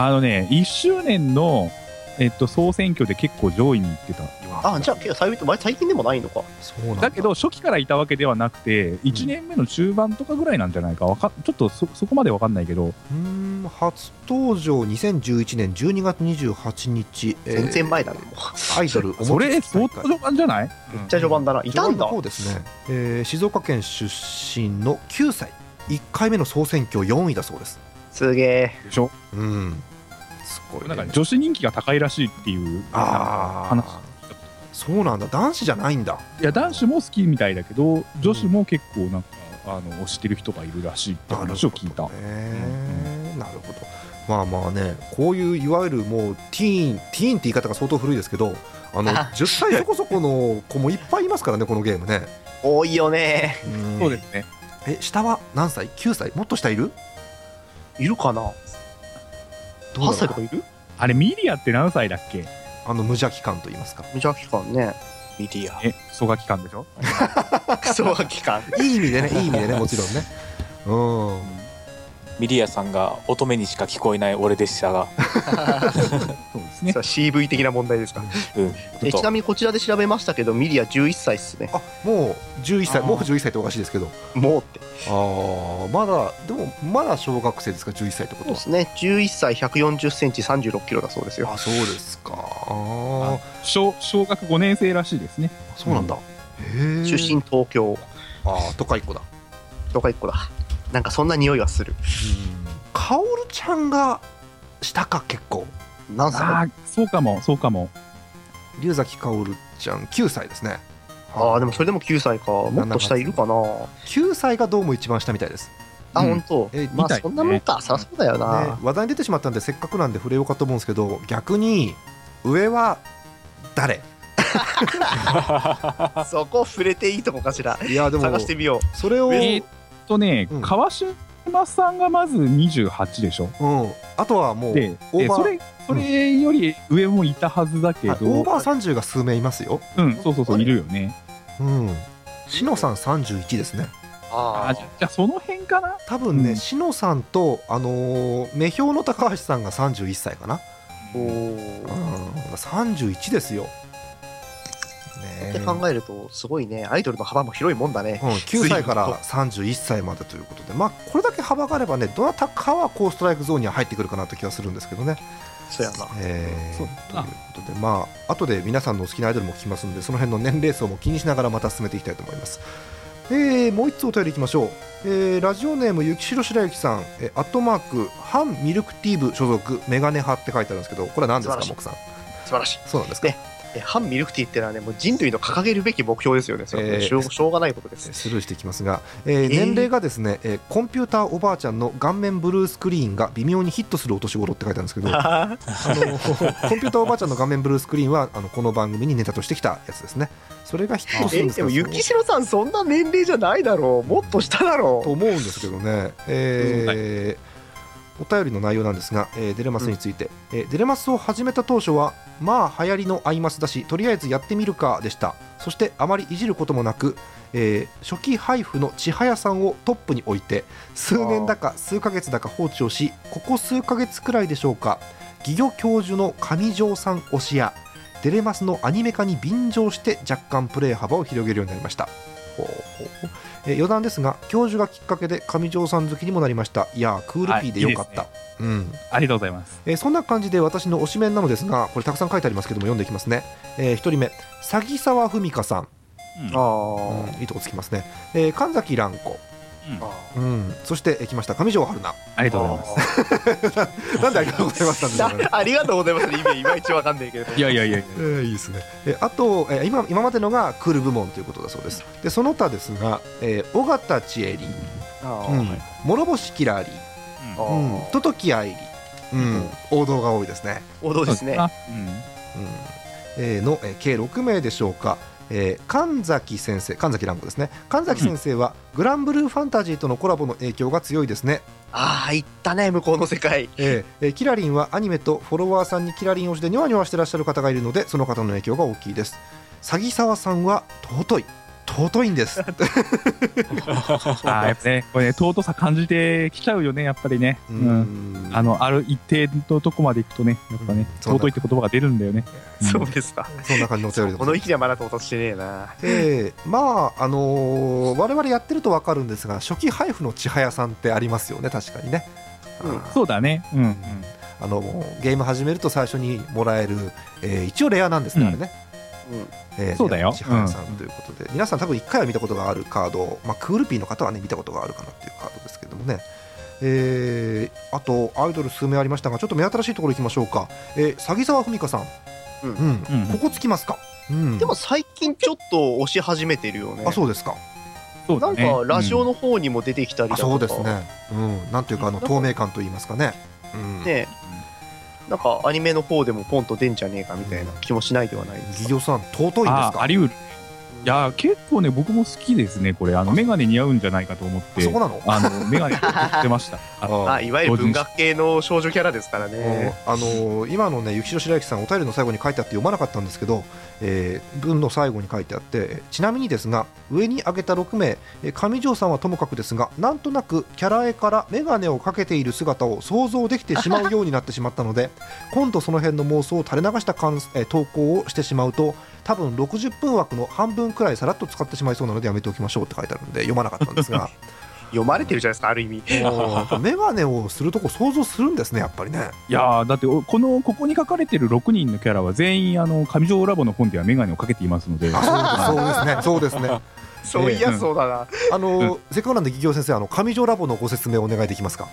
S6: あのね、1周年の、えっと、総選挙で結構上位に行ってた。
S4: あじゃあ結構最近前最近でもないのか
S1: そうなんだ
S6: だけど、初期からいたわけではなくて、1年目の中盤とかぐらいなんじゃないか。わかちょっとそ、そこまでわかんないけど、
S1: うーん初登場2011年12月28日、えー
S4: 全然前だなもう
S1: アイドルおもち
S6: それ、
S1: 大会
S6: 相当序盤じゃない
S4: めっちゃ序盤だない
S1: 序
S4: た
S1: 盤
S4: ん
S1: の
S4: だ
S1: 方ですね、えー静岡県出身の9歳1回目の総選挙4位だそうです
S4: すげえ
S6: でしょ
S1: うんすごい、
S6: なんか
S1: ね、
S6: 女子人気が高いらしいっていう
S1: あー
S6: 話。
S1: そうなんだ男子じゃないんだ
S6: いや、男子も好きみたいだけど、女子も結構なんか、あの、推してる人がいるらしいって話を聞いた。
S1: なるほどねなるほどまあまあねこういういわゆるもうティーンティーンって言い方が相当古いですけどあの10歳そこそこの子もいっぱいいますからねこのゲームね
S4: 多いよね。
S6: そうですね。
S1: え下は何歳 ?9 歳もっと下いる
S4: いるかな
S1: どうだろう
S4: ?8 歳とかいる
S6: あれ、ミリアって何歳だっけ
S1: あの無邪気感と言いますか
S4: 無邪気感 ね。
S5: ミディア。
S6: え、クソガキ感でしょ
S4: クソガキ感。
S1: いい意味でねいい意味でねもちろんねうん
S5: ミディアさんが乙女にしか聞こえない俺でしたが、
S6: そうですね
S4: さ。あ CV 的な問題ですか。
S5: うん。
S4: えちなみにこちらで調べましたけど、ミリア11歳っすね。
S1: あもう11歳
S5: あー
S1: もう11歳っておかしいですけど
S4: もうって。
S1: ああまだでもまだ小学生ですか11歳ってこ
S4: そ
S1: と
S4: うで
S1: は
S4: すね。11歳140センチ36キロだそうですよ。
S1: あそうですかあ
S6: 小小学5年生らしいですね。
S1: あそうなんだ、へえ
S4: 出身東京。
S1: ああ都会っ子だ
S4: とか一個だ。なんかそんな匂いはする。
S1: カオルちゃんがしたか結構
S4: 何歳
S6: ああ、そうかも、そうかも。
S1: 龍崎カオルちゃん9歳ですね
S4: ああ、でもそれでも9歳か。もっと下いるかな。
S1: 9歳がどうも一番下みたいです、
S4: あ、
S6: うん
S4: 本当。
S1: え
S4: ま
S6: みた
S4: あ
S6: い
S4: そんなもんか。
S6: ね
S4: そりゃそうだよ
S1: ね
S4: な。
S1: 話題に出てしまったんでせっかくなんで触れようかと思うんですけど逆に上は誰
S4: そこ触れていいとこかしら。
S1: いやでも
S4: 探してみよ
S1: それを、う
S6: えー
S1: ん
S6: っ、とね、
S1: うん
S6: 川島さんがまず28でしょ。
S1: あとはもう
S6: で、
S1: オー
S6: え
S1: バー
S6: それそれより上もいたはずだけ
S1: はいオー
S6: ど、
S1: バー30が数名いますよ、
S6: うん、そうそうそう、いるよね。
S1: うん、しのさん31ですね
S4: う。
S6: あ
S4: あ
S6: ーじゃじゃあその辺かな
S1: 多分ね、
S6: うん
S1: しのさんと、あのー目標の高橋さんが31歳かな、
S4: おー
S1: うん、31ですよ、ねえ
S4: って考えるとすごいねアイドルの幅も広いもんだね
S1: うん、9歳から31歳までということで、まあ、これだけ幅があればねどなたかはこうストライクゾーンには入ってくるかなという気がするんですけどね。
S4: そうやな
S1: えー
S6: そう
S1: ということで、まあ後で皆さんのお好きなアイドルも聞きますのでその辺の年齢層も気にしながらまた進めていきたいと思います。えーもう一つお便りいきましょう、えーラジオネーム雪城白雪さん、えーアットマーク反ミルクティーブ所属メガネ派って書いてあるんですけどこれは何ですか
S4: 素晴らしい
S1: 木さん
S4: 素晴らしい
S1: そうなんですか、
S4: ねえ反ミルクティーってのはねもう人類の掲げるべき目標ですよねそれは
S1: えー
S4: もうしょうしょうがないことです
S1: スルーしていきますが、えー
S4: ー
S1: 年齢がですね、えーコンピューターおばあちゃんの顔面ブルースクリーンが微妙にヒットするお年頃って書いてあるんですけど あの コンピューターおばあちゃんの顔面ブルースクリーンはあのこの番組にネタとしてきたやつですねそれがヒットす
S4: え
S1: るんで
S4: ー
S1: すけ
S4: で
S1: ど
S4: も雪城さんそんな年齢じゃないだろうもっと下だ
S1: と
S4: ろ
S1: 思うんですけどね、えーお便りの内容なんですが、えーデレマスについて、えーデレマスを始めた当初はまあ流行りのアイマスだしとりあえずやってみるかでしたそしてあまりいじることもなく、えー初期配布の千早さんをトップに置いて数年だか数ヶ月だか放置をしここ数ヶ月くらいでしょうか義魚教授の上条さん推しやデレマスのアニメ化に便乗して若干プレイ幅を広げるようになりましたほうほうほうえー余談ですが教授がきっかけで上条さん好きにもなりましたいやークールピーでよかった、
S6: は
S1: うん
S6: ありがとうございます。
S1: えーそんな感じで私の推しメンなのですがこれたくさん書いてありますけども読んでいきますね、え1人目詐欺沢文香さん、
S6: うん
S1: う
S4: あ
S1: ん
S4: ー
S1: いいとこつきますね、えー神崎蘭子、
S6: うん
S4: あ
S1: うん、そして、えー来ました上条春菜
S6: ありがとうございます。
S1: なんでありがとうございましたんですかね
S4: ー ありがとうございます意味いまいちわかんないけれど
S6: いやいやいやいや。
S1: えーいいですね、えーあと、えー今今までのがクール部門ということだそうですでその他ですが、えー、尾形千恵里、
S4: あ
S1: う
S4: ー
S1: ん諸星キラリ、
S4: あ
S1: う
S4: ー
S1: ん、トトキ愛理、うん、王道が多いですね、
S4: 王道ですね
S6: あ
S1: うんえーの、えー計6名でしょうか、えー神崎先生神崎蘭子ですね神崎先生は、グランブルーファンタジーとのコラボの影響が強いですね、
S4: ああ行ったね向こうの世界
S1: えーえーキラリンはアニメとフォロワーさんにキラリンをしてニョワニョワしてらっしゃる方がいるのでその方の影響が大きいです詐欺沢さんは尊い尊いんです
S6: うん、あーやっぱね、これね、尊さ感じてきちゃうよね、やっぱりね。う
S1: ん
S6: ん。あの、ある一定のとこまで行くとね、やっぱね、
S1: うんそうだ
S6: 尊いって言葉が出るんだよね。
S4: そうですか
S1: そんな感じのお便りでご
S4: こ
S1: ざ
S4: の
S1: います
S4: 域にはまだ到達してねえな
S1: ええまああのー我々やってるとわかるんですが初期配布の千早さんってありますよね確かにね、
S4: うん
S1: あー
S6: そうだね。うん。
S1: あのゲーム始めると最初にもらえる、えー一応レアなんですね、
S6: うん
S1: あれね、
S4: うん
S1: えー
S6: そうだよ
S1: レアの千早さんということで、皆さん多分1回は見たことがあるカードを、まあ、クールピーの方はね見たことがあるかなっていうカードですけどもねえーあとアイドル数名ありましたがちょっと目新しいところ行きましょうか、えー、詐欺沢文香さん、
S4: うん
S6: うん
S1: ここつきますか、うん、
S4: でも最近ちょっと押し始めてるよね
S1: あそうですか
S6: そう
S4: な
S6: だ
S4: ん
S6: ね。
S4: かラジオ
S6: の、
S4: の方にも出てきたり
S1: あ
S4: だ
S1: そう
S4: と
S1: です
S4: か
S1: ね、うん、なんというかあの
S4: なんか
S1: 透明感といいますかね、うん
S4: ねなんかアニメの方でもポンと出んじゃねえかみたいな気もしないではないです
S1: ギギョさん尊いんです
S6: あ
S1: か
S6: あり得るいやー結構ね僕も好きですねこれあのメガネ似合うんじゃないかと思って
S1: そこなの
S6: あのメガネ撮ってましたあの
S1: あ
S4: あいわゆる文学系の少女キャラですからね
S1: あのー今のね幸代白雪さんお便りの最後に書いてあって読まなかったんですけど、えー文の最後に書いてあってちなみにですが上に挙げた6名えー上条さんはともかくですがなんとなくキャラ絵から眼鏡をかけている姿を想像できてしまうようになってしまったので 今度その辺の妄想を垂れ流した感えー投稿をしてしまうと多分60分枠の半分くらいさらっと使ってしまいそうなのでやめておきましょうって書いてあるので読まなかったんですが
S4: 読まれてるじゃないですかある意味
S1: 眼鏡をするとこ想像するんですねやっぱりね。
S6: いやーだっておこのここに書かれてる6人のキャラは全員あの上条ラボの本ではメガネをかけていますので
S1: あそうですねそうですねそうですね
S4: そういやそうだな、
S1: あの、せっかくなんで、企業先生、あの上条ラボのご説明お願いできますか。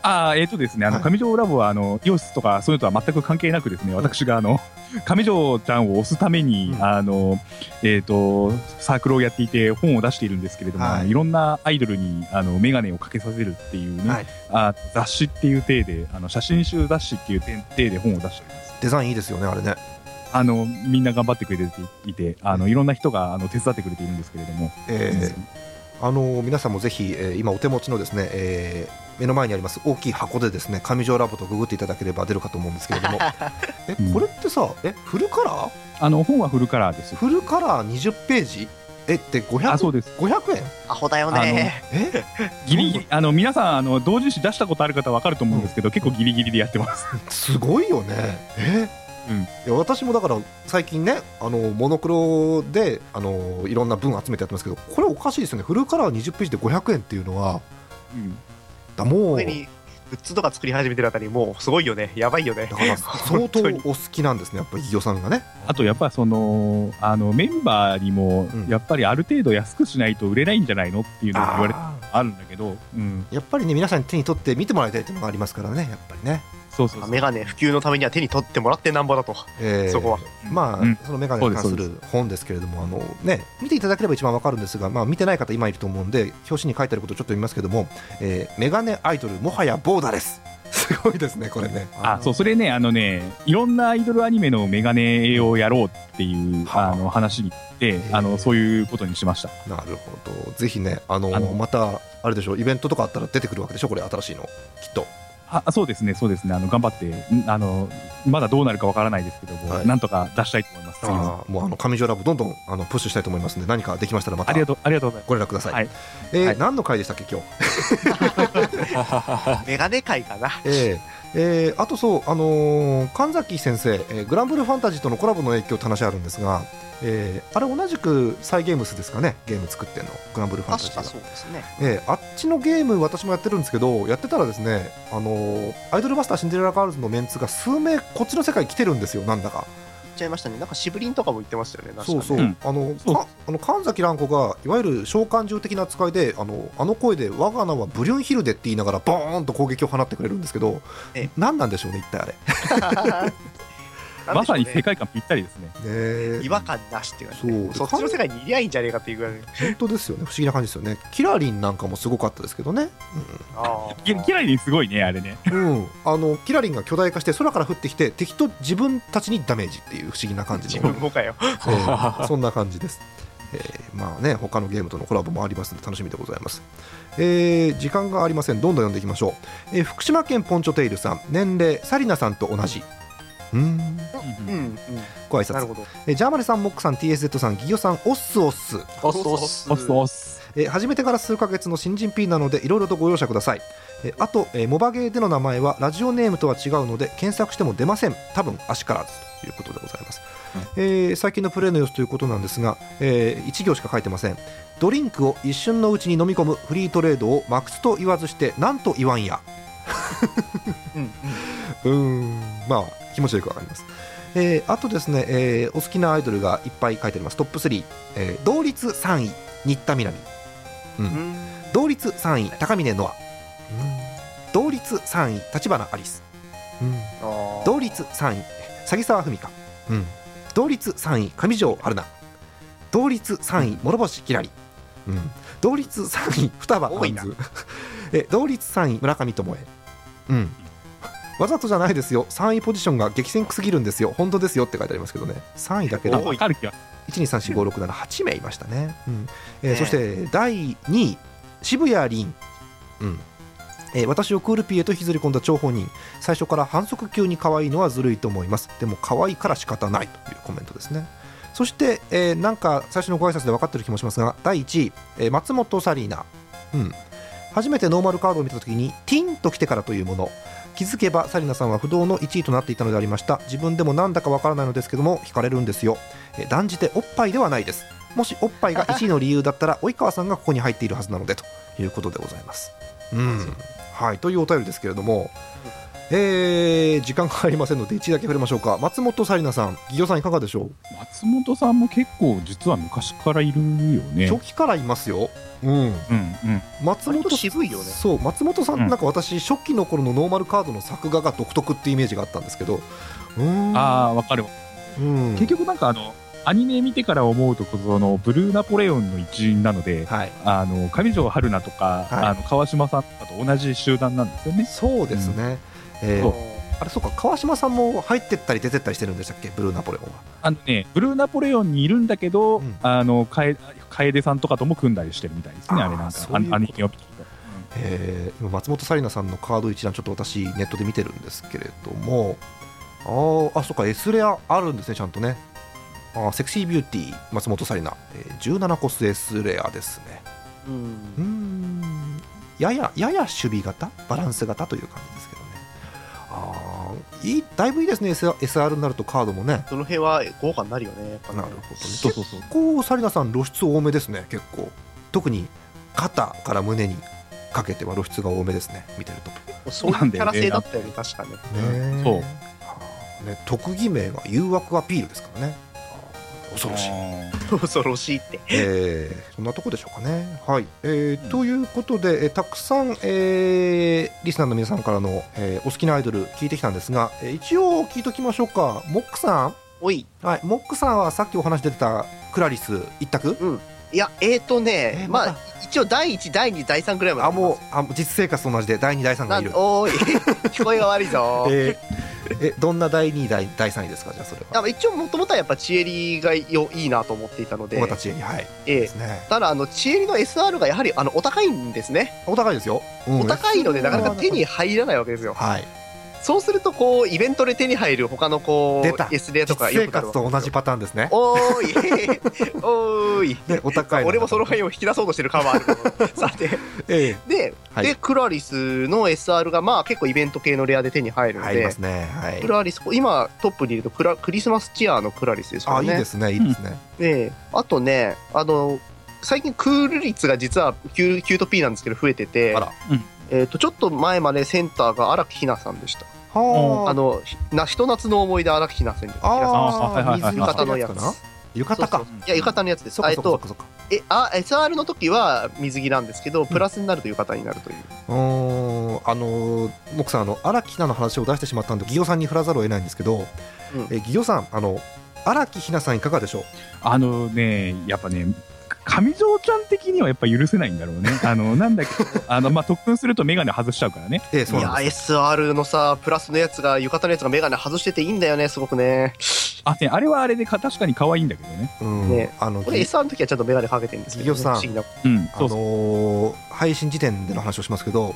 S6: ああ、えっ、とですね、あの、
S1: はい
S6: 上条ラボは、あの、イオシスとか、そういうのとは全く関係なくですね、私が、あの、上条ちゃんを推すために、
S1: うん
S6: あの、えっ、と、サークルをやっていて、本を出しているんですけれども、
S1: はい
S6: い、いろんなアイドルに、あの、メガネをかけさせるっていうね、
S1: はい
S6: あ雑誌っていう体で、あの、写真集雑誌っていう体で本を出しております。
S1: デザインいいですよね、あれね。
S6: あの、みんな頑張ってくれていて、あの、いろんな人が、あの、手伝ってくれているんですけれども、
S1: えーあの皆さんもぜひ、えー今お手持ちのですね、えー目の前にあります大きい箱でですね、上条ラボとググっていただければ出るかと思うんですけれども。え、これってさ、え、フルカラー。
S6: あの、本はフルカラーです。
S1: フルカラー20ページ。え、って500
S6: あ、そうです。
S1: 五百円。
S4: アホだよ
S6: ね
S1: え、
S6: ギリギリあの皆さんあの同人誌出したことある方わかると思うんですけど、結構ギリギリでやってます。
S1: すごいよね。え。
S6: うん
S1: いや私もだから最近ねあのモノクロであのいろんな文集めてやってますけどこれおかしいですよねフルカラー20ページで500円っていうのはだもう
S4: 特にグッズとか作り始めてるあたりもうすごいよねやばいよね
S1: だから 相
S4: 本
S1: 当
S4: 当
S1: お
S4: に
S1: 好きなんですねやっぱり企業さんがね
S6: あとやっぱそのあのメンバーにも
S1: うん
S6: やっぱりある程度安くしないと売れないんじゃないのっていうのが言われてあるんだけど、うん、
S1: やっぱりね皆さんに手に取って見てもらいたいっていうのがありますからねやっぱりね、
S6: そうそうそう
S4: メガネ普及のためには手に取ってもらってなんぼだと
S1: えー
S4: そこは
S1: まあ、
S6: うん
S1: そのメガネに関す
S6: そうです
S1: る本ですけれどもあの、ね、見ていただければ一番わかるんですが、まあ、見てない方今いると思うんで表紙に書いてあることをちょっと見ますけども、えーメガネアイドルもはやボーダレスす ごいですねこれね
S6: あそうそれねあのねいろんなアイドルアニメのメガネをやろうっていう、
S1: はあ
S6: あの話に行って
S1: ー
S6: あのそういうことにしました。
S1: なるほどぜひねあの
S6: あの
S1: またあれでしょイベントとかあったら出てくるわけでしょこれ新しいのきっと
S6: あそうですねそうですねあの頑張ってんあのまだどうなるかわからないですけども、
S1: はい
S6: なんとか出したいと思います。次は
S1: あーもうあの上条ラブどんどんあのプッシュしたいと思いますので何かできましたらまた
S6: ありがとうありがとうございます。
S1: ご連絡ください、
S6: はい
S1: えー
S6: はい
S1: 何の回でしたっけ今日、
S4: メガネ界かな
S1: えーえーあとそう、あのー神崎先生、えーグランブルファンタジーとのコラボの影響って話あるんですが、えーあれ同じくサイ・ゲームスですかねゲーム作ってんのグランブルファンタジーが
S4: うですね
S1: えーあっちのゲーム私もやってるんですけどやってたらですね、あのーアイドルマスターシンデレラガールズのメンツが数名こっちの世界来てるんですよなんだか
S4: 言っちゃいましたねなんかシブリンとかも言ってましたよね確か
S1: そう
S4: ね
S1: そう、
S6: うん
S1: あの
S6: そう
S1: かあの神崎蘭子がいわゆる召喚獣的な扱いであのあの声で「我が名はブリュンヒルデ」って言いながらボーンと攻撃を放ってくれるんですけど
S4: ええ
S1: 何なんでしょうね一体あれ、ね
S4: なんでしょうね
S6: まさに世界観ぴったりですね。
S1: え
S4: 違和感なしっていうか、
S1: そう
S4: そっちの世界にいりゃいいんじゃねえかっていうぐらい
S1: 本当ですよね不思議な感じですよねキラリンなんかもすごかったですけどね、
S4: あー
S6: キキラリンすごいね、あれね。
S1: うんうんあのキラリンが巨大化して空から降ってきて敵と自分たちにダメージっていう不思議な感じ
S4: 自
S1: の
S4: 分、もかよ
S1: ええそんな感じです、ええまあね他のゲームとのコラボもありますので楽しみでございますえー時間がありませんどんどん読んでいきましょう、えー福島県ポンチョテイルさん年齢サリナさんと同じうーん
S4: うん、うん、
S1: ご挨
S4: なる
S1: 拶
S4: ほど
S1: えージャーマネさんモックさん TSZ さんギギョさんオッスオッス、
S5: おっすおっ す
S6: 押す押す。
S1: えー始めてから数ヶ月の新人 P なのでいろいろとご容赦ください、えーあと、えーモバゲーでの名前はラジオネームとは違うので検索しても出ません多分足からずということでございます、えー最近のプレーの様子ということなんですが、え1行しか書いてませんドリンクを一瞬のうちに飲み込むフリートレードをマックスと言わずしてなんと言わんや
S4: うんうん
S1: うーんまあ気持ちよくわかります、えーあとですね、えーお好きなアイドルがいっぱい書いてありますトップ3、えー同率3位新田みなみ同率3位高峰ノア、同率3位立花アリス、
S4: あー
S1: 同率3位鷺沢文香、同率3位上条春菜同率3位諸星輝星、うん、同率3位双葉ア
S4: 多い
S1: ン
S4: な
S1: ズえ同率3位村上智恵、うんわざとじゃないですよ3位ポジションが激戦区すぎるんですよ本当ですよって書いてありますけどね3位だけ
S6: あ
S1: ど
S4: 多
S6: わ
S4: い
S6: かる気が
S1: 1234567名いましたね、うんえー
S4: ね
S1: そして第2位渋谷凛、うんえー私をクールピーへと引きずり込んだ張本人最初から反則級に可愛いのはずるいと思いますでも可愛いから仕方ないというコメントですねそして、えーなんか最初のご挨拶で分かってる気もしますが第1位、えー松本サリーナ、うん、初めてノーマルカードを見た時にティンと来てからというもの気づけばサリナさんは不動の1位となっていたのでありました自分でもなんだかわからないのですけども惹かれるんですよえー断じておっぱいではないですもしおっ ぱいが1位の理由だったら及川さんがここに入っているはずなのでということでございます。うんはい、というお便りですけれども、えー時間がありませんので1位だけ触れましょうか松本紗理奈さん、企業さんいかがでしょ
S6: 松本さんも結構実は昔からいるよ
S1: う
S6: ね。
S1: 初期からいますよ、うん、
S6: うんうん。
S1: 松
S4: 割
S1: 本
S4: と渋いよね
S1: そう松本さん、
S6: うん
S1: なんか私初期の頃のノーマルカードの作画が独特ってイメージがあったんですけどうーん
S6: ああー、わかるわ。
S1: うん
S6: 結局なんかあの、アニメ見てから思うと、その、ブルーナポレオンの一員なので、
S1: はい
S6: あの、上条春菜とか、
S1: はい
S6: あの、川島さんとかと同じ集団なんですよね。
S1: そうですね、えー
S6: そう
S1: あれそうか川島さんも入ってったり出てったりしてるんでしたっけブルーナポレオンは
S6: あのね、ブルーナポレオンにいるんだけど、
S1: うん
S6: あの、かえ、楓さんとかとも組んだりしてるみたいですね、
S1: あー
S6: あれなんか、
S1: そう
S6: あ
S1: いうこと
S6: アニメを見てると
S1: えー今松本紗理奈さんのカード一覧ちょっと私ネットで見てるんですけれどもあーあそっか S レアあるんですねちゃんとねあーセクシービューティー松本紗理奈、えー17個数 S レアですねうーんやややや守備型バランス型という感じですけどねあーいいだいぶいいですね SR, SR になるとカードもね
S4: その辺は豪華になるよね。やっぱね
S1: なるほどね
S6: そうそうそう。
S1: こう紗理奈さん露出多めですね結構特に肩から胸にかけては露出が多めですね見てると
S4: そういうキャラ性だったよね、確かね。
S1: ね
S6: そう
S1: あーね特技名が誘惑アピールですからねあー恐ろしい、
S4: 恐ろしいって。
S1: えーそんなとこでしょうかねはい、えーということで、えーたくさん、えーリスナーの皆さんからの、えーお好きなアイドル聞いてきたんですが、えー一応聞いときましょうかモックさ
S4: おい、
S1: んはいモックさんはさっきお話出てたクラリス一択
S4: いや、えーと
S1: え
S4: ね、
S1: ーま
S4: ま
S1: た
S4: あ、一応第1、第2、第3ぐらいまで。
S1: あもうあ実生活と同じで第2第3
S4: な
S1: が
S4: ん
S1: いる
S4: おーい、聞こえが悪いぞ。
S1: えーえどんな第2第第3位ですかじゃあそれ
S4: あ
S1: は
S4: の一応、もともとはやっぱ、チエリがよいいなと思っていたので
S1: 小、形にはい
S4: え
S1: で
S4: え
S1: すね
S4: ただ、あの、チエリの SR がやはり、あの、お高いんですね。
S1: お高いですよ、うん
S4: お高いので、なかなか
S1: SR
S4: 手に入らないわけですよ。
S1: はい
S4: そうすると、こう、イベントで手に入る他の、こ
S1: 出た
S4: う、S レアとか
S1: 実
S4: よ
S1: 生
S4: くなる
S1: 活
S4: わけ
S1: と
S4: ですよ
S1: 同じパターンですね。
S4: おーい、おーい。
S1: ね、お高いの
S4: 俺もその辺を引き出そうとしてる感はあるけどさて
S1: え
S4: で,、
S1: はい
S4: でクラリスの SR がまあ結構イベント系のレアで手に入
S1: え
S4: るの
S1: 入り
S4: で、
S1: ますね。はい
S4: ク。ラリス今トップにいるとクラクリスマスチアのクラリスですから
S1: あ、いい
S4: ね
S1: ですね、いいですね。
S4: であとねあの最近クール率が実は Q, Q と P なんですけど増えてて
S1: あら
S6: うん
S4: えー、とちょっと前までセンターが荒木ひなさんでした
S1: はあ、
S4: あのひなひと夏の思い出荒木ひなさんでひなさん
S1: あ
S6: はい
S1: あ、
S6: はいはい
S1: 水
S4: 浴衣のや
S1: か
S4: つ
S1: な。浴衣
S4: そ
S1: か
S4: う。そういや浴衣のやつです
S1: そっか
S4: えっ
S1: そっかそっかそ
S4: と
S1: っか。
S4: えあ SR の時は水着なんですけどプラスになると浴衣になるという、
S1: うーん、あのー、僕さん、あの、荒木ひなの話を出してしまったんで、ギオさんに振らざるを得ないんですけど。
S4: うん
S1: え、ギオさん、あの、荒木ひなさんいかがでしょう。
S6: あのね、やっぱね、上条ちゃん的にはやっぱ許せないんだろ うね。あの、なんだけど、あの、まあ、特訓するとメガネ外しちゃうからね。
S1: ええ、そう
S4: いや
S1: なんです。
S4: SR のさプラスのやつが浴衣のやつがメガネ外してていいんだよねすごくね
S6: あ、ね、あれはあれでか確かに可愛いんだけどね。
S1: うん
S4: ね、
S1: あの。
S4: 俺 SR の時はちゃんとメガネかけてるんですけど、
S1: 企業さん
S4: 不思議な
S6: うん、
S1: あ
S6: そ
S1: の
S6: うそう。
S1: ー、配信時点での話をしますけど。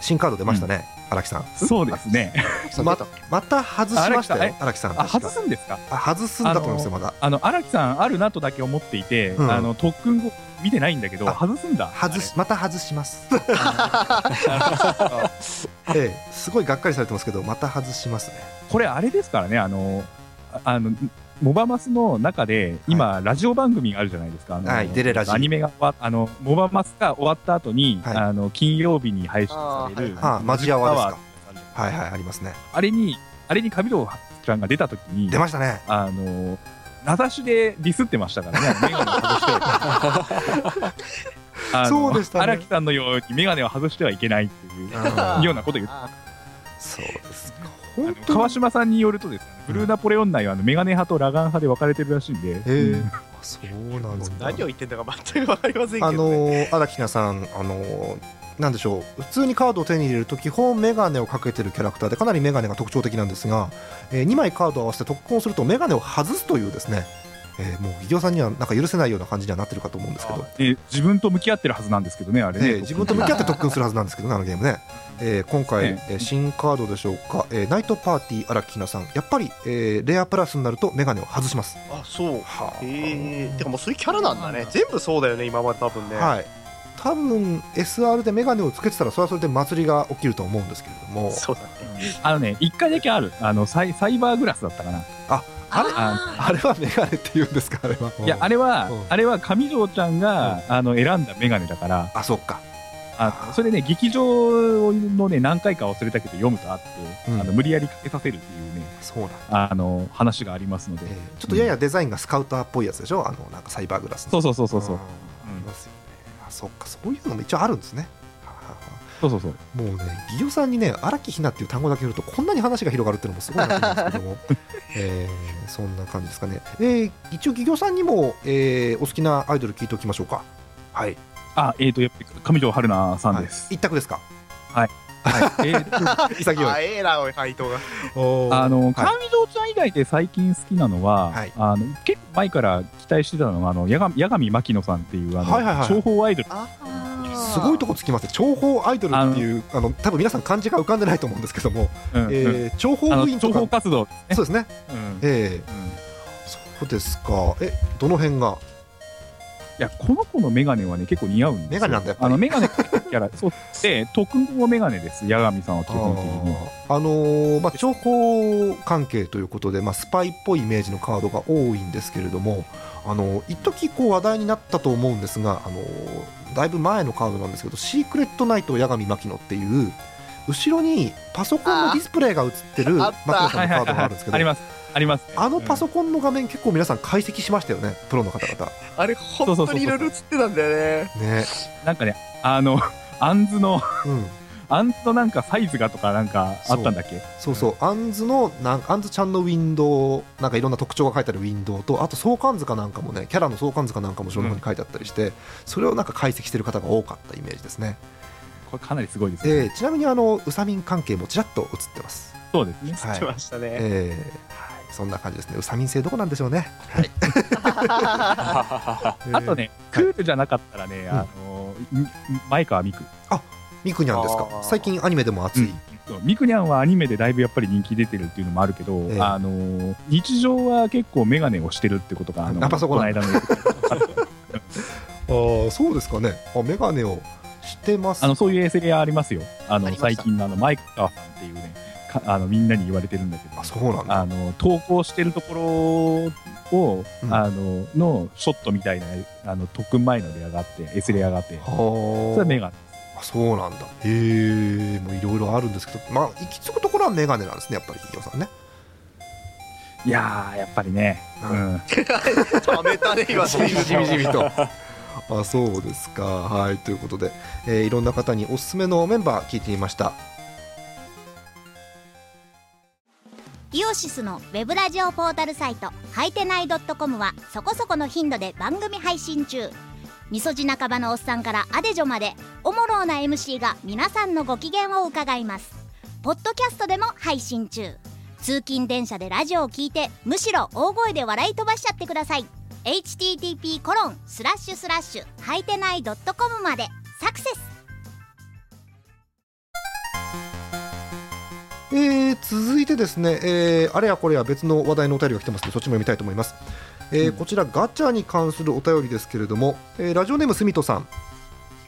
S1: 新カード出ましたね、荒木さん。
S6: そうですね。
S4: さん
S1: ま
S4: 出た
S1: また外しました
S6: あ荒木さん
S1: よ荒木さん。
S6: え、あ、外すんですか
S1: あ外すんだと思いますよ、まだ。
S6: あの、荒木さん、あるなとだけ思っていて、
S1: うん
S6: あの、特訓後、見てないんだけど、
S1: あ
S6: 外すんだ。
S1: 外 しまた外します、
S6: あれ。
S1: ええ、すごいがっかりされてますけどまた外しますね
S6: これ、あれですからね、あの、ああの、モバマスの中で、今、ラジオ番組があるじゃないですか。あの
S1: はいデレラジ
S6: アニメが終わあの、モバマスが終わった後に、
S1: はい
S6: あの、金曜日に配信される。
S1: ああマジアワですか
S6: マジアワ
S1: はいはいありますね
S6: あれに、あれに上戸ちゃんが出た時に、
S1: 出ましたね
S6: あの、名指しでディスってまし たからね、メガネを外してはいけない。あの
S1: そうでしたね
S6: 荒木さんのようにメガネを外してはいけないっていう
S1: あー
S6: ようなことを言って
S1: そうですか
S6: あ
S1: 本
S6: の
S1: 当
S6: 川島さんによるとですね、ブルーナポレオン内はあのメガネ派とラガン派で分かれてるらしいんで、
S1: ええ
S6: うん
S1: あそうなんだ
S4: 何を言ってんだか全く分かりませんけど、ね、
S1: あのー荒木ひなさんあのーなんでしょう普通にカードを手に入れると基本メガネをかけてるキャラクターでかなりメガネが特徴的なんですが、え2枚カードを合わせて特攻するとメガネを外すというですね、えーもう企業さんにはなんか許せないような感じにはなってるかと思うんですけど、
S6: で自分と向き合ってるはずなんですけどねあれね
S1: えー自分と向き合って特訓するはずなんですけどねあのゲームね、えー今回、
S6: ね
S1: えー新カードでしょうか、えーナイトパーティー荒木ひなさんやっぱり、えーレアプラスになるとメガネを外します
S4: あそう
S1: はあ
S4: へえてかもうそういうキャラなんだね全部そうだよね今まで多分ね、
S1: はい多分 SR でメガネをつけてたらそれはそれで祭りが起きると思うんですけれども
S4: そうだね
S6: あのね一回だけあるあのサイサイバーグラスだったかな
S1: あれ
S6: あ
S1: あれはメガネって言うんですかあれは。
S6: いやあれは
S1: うん
S6: あれは上条ちゃんがあの選んだメガネだから
S1: あそっか。
S6: あそれね劇場のね何回か忘れたけど読むとあって、
S1: うん
S6: あの無理やりかけさせるっていうね
S1: そうなんだ。
S6: あの話がありますので
S1: えーちょっとややデザインがスカウターっぽいやつでしょ。あのなんかサイバーグラスの。
S6: そうそうそうそうそう
S1: あーありますよね。あそっかそういうのも一応あるんですね。あ
S6: そうそうそう
S1: ーもうねギオさんにね荒木ひなっていう単語だけ振るとこんなに話が広がるっていうのもすごいなと思うんですけども。 えーそんな感じですかね。えー一応ギオさんにも、えーお好きなアイドル聞いておきましょうか。はい。
S6: あえっ、とやっぱり上条春菜さんです
S1: はい、一択ですか。
S6: はい、えーと
S1: 潔い。
S4: あええなおい配当が
S1: おー
S6: あの
S1: は
S6: 上
S1: い
S6: 条ちゃん以外で最近好きなのは、
S1: はい
S6: あの結構前から期待してたのがあの矢上矢上牧野さんっていうあの、
S1: はいはいはい
S6: 情報アイドル
S4: あ
S1: すごいとこつきますね、諜報アイドルっていう、あの多分皆さん、漢字が浮かんでないと思うんですけども、
S6: うんうん
S1: えー諜
S6: あ
S1: 報部員
S6: の
S1: と
S6: 情
S1: か、
S6: 報活動ですね
S1: そうですね、
S6: うんうん
S1: え
S6: い
S1: ーそうですか、えどの辺が、
S6: やこの子の眼鏡はね結構似合うんですよ
S1: メガネなんだやっぱり
S6: あの眼鏡かけてるキャラそうで特攻眼鏡です矢上さんは基
S1: あ
S6: 本的に
S1: ーあのーまあ、諜報関係ということで、まあ、スパイっぽいイメージのカードが多いんですけれども、あのー一時こう話題になったと思うんですが、あのーだいぶ前のカードなんですけど、シークレットナイト矢上牧野っていう、後ろにパソコンのディスプレイが映ってる
S4: あーあ
S1: 牧
S4: った
S1: 野さん
S6: はい
S1: の
S6: は
S1: カー
S6: いは
S1: ド
S6: い
S1: が
S6: は
S1: あ
S6: い
S1: るんですけど
S6: あり。ますありますね、
S1: あのパ
S6: コン
S1: ソコンの画面、結構皆さん解析しましたよね、プロの方々。
S4: あれ本当にいろいろ映ってたんだよね
S1: ね、
S6: なんかね、あの、 アンズの、
S1: うん、
S6: アンズのなんかサイズがとかなんかあったんだっけ
S1: そうそう、アンズの、なんアンズちゃんのウィンドウ、なんかいろんな特徴が書いてあるウィンドウと、あと相関図かなんかもね、キャラの相関図かなんかも後ろの方に書いてあったりして、それをなんか解析してる方が多かったイメージですね。
S6: これかなりすごいですね。
S1: えーちなみにあの、うさみん関係もちらっと映ってます。
S6: そうですね。
S1: は
S4: 映
S1: い
S4: ってまし たね、
S1: えーはいそんな感じですね、うさみん性どこなんでしょうね。
S6: あと、ね、クールじゃなかったらね、あの、み前川美久。
S1: みくにゃんですか
S5: あ、ー
S1: 最近アニメでも熱い。
S6: そうミクニャンはアニメでだいぶやっぱり人気出てるっていうのもあるけど、
S1: ええ
S6: あの日常は結構メガネをしてるってことがあの
S1: やっぱそこ
S6: この
S1: なん
S6: 間の
S1: あーそうですかね、あメガネをしてます
S6: あのそういう衛星がありますよあ
S4: あ
S6: の
S4: りました
S6: 最近のあのマイク川さんっていうねかあのみんなに言われてるんだけど
S1: あそうなんだ。
S6: あの投稿してるところを、
S1: うん
S6: あののショットみたいなあの特訓前のレアがあって S レアがあって
S1: は
S6: そ
S1: ー
S6: れはメガネ
S1: あそうなんだへえもういろいろあるんですけどまあ行き着くところはメガネなんですねやっぱり企業さん ね
S6: いやーやっぱりね、うん
S4: ためたね今シリーズ
S1: じみじみと あそうですかはいということで、えーいろんな方におすすめのメンバー聞いてみました
S3: イオシスのウェブラジオポータルサイト「はいてない .com」はそこそこの頻度で番組配信中みそじ半ばのおっさんからアデジョまでおもろうな MC が皆さんのご機嫌を伺いますポッドキャストでも配信中通勤電車でラジオを聞いてむしろ大声で笑い飛ばしちゃってください http コロンスラッシュスラッシュはいてない .com までサクセス
S1: えー続いてですね、えーあれやこれや別の話題のお便りが来てますのでそっちも読みたいと思います、えーこちらガチャに関するお便りですけれども、えーラジオネームすみとさん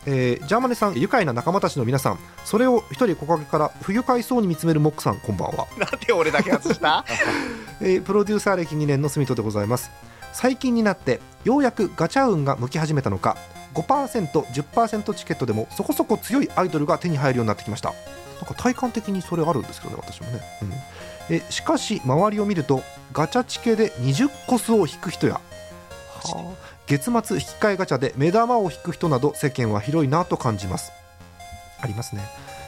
S1: えージャーマネさん愉快な仲間たちの皆さんそれを一人木陰から不愉快そうに見つめるモックさんこんばんは
S4: なんで俺だけ外した
S1: えープロデューサー歴2年の住人でございます最近になってようやくガチャ運が向き始めたのか 5%10% チケットでもそこそこ強いアイドルが手に入るようになってきましたなんか体感的にそれあるんですけどね私もね、うん、えしかし周りを見るとガチャチケで20コスを引く人やはあ月末引き換えガチャで目玉を引く人など世間は広いなと感じますありますね、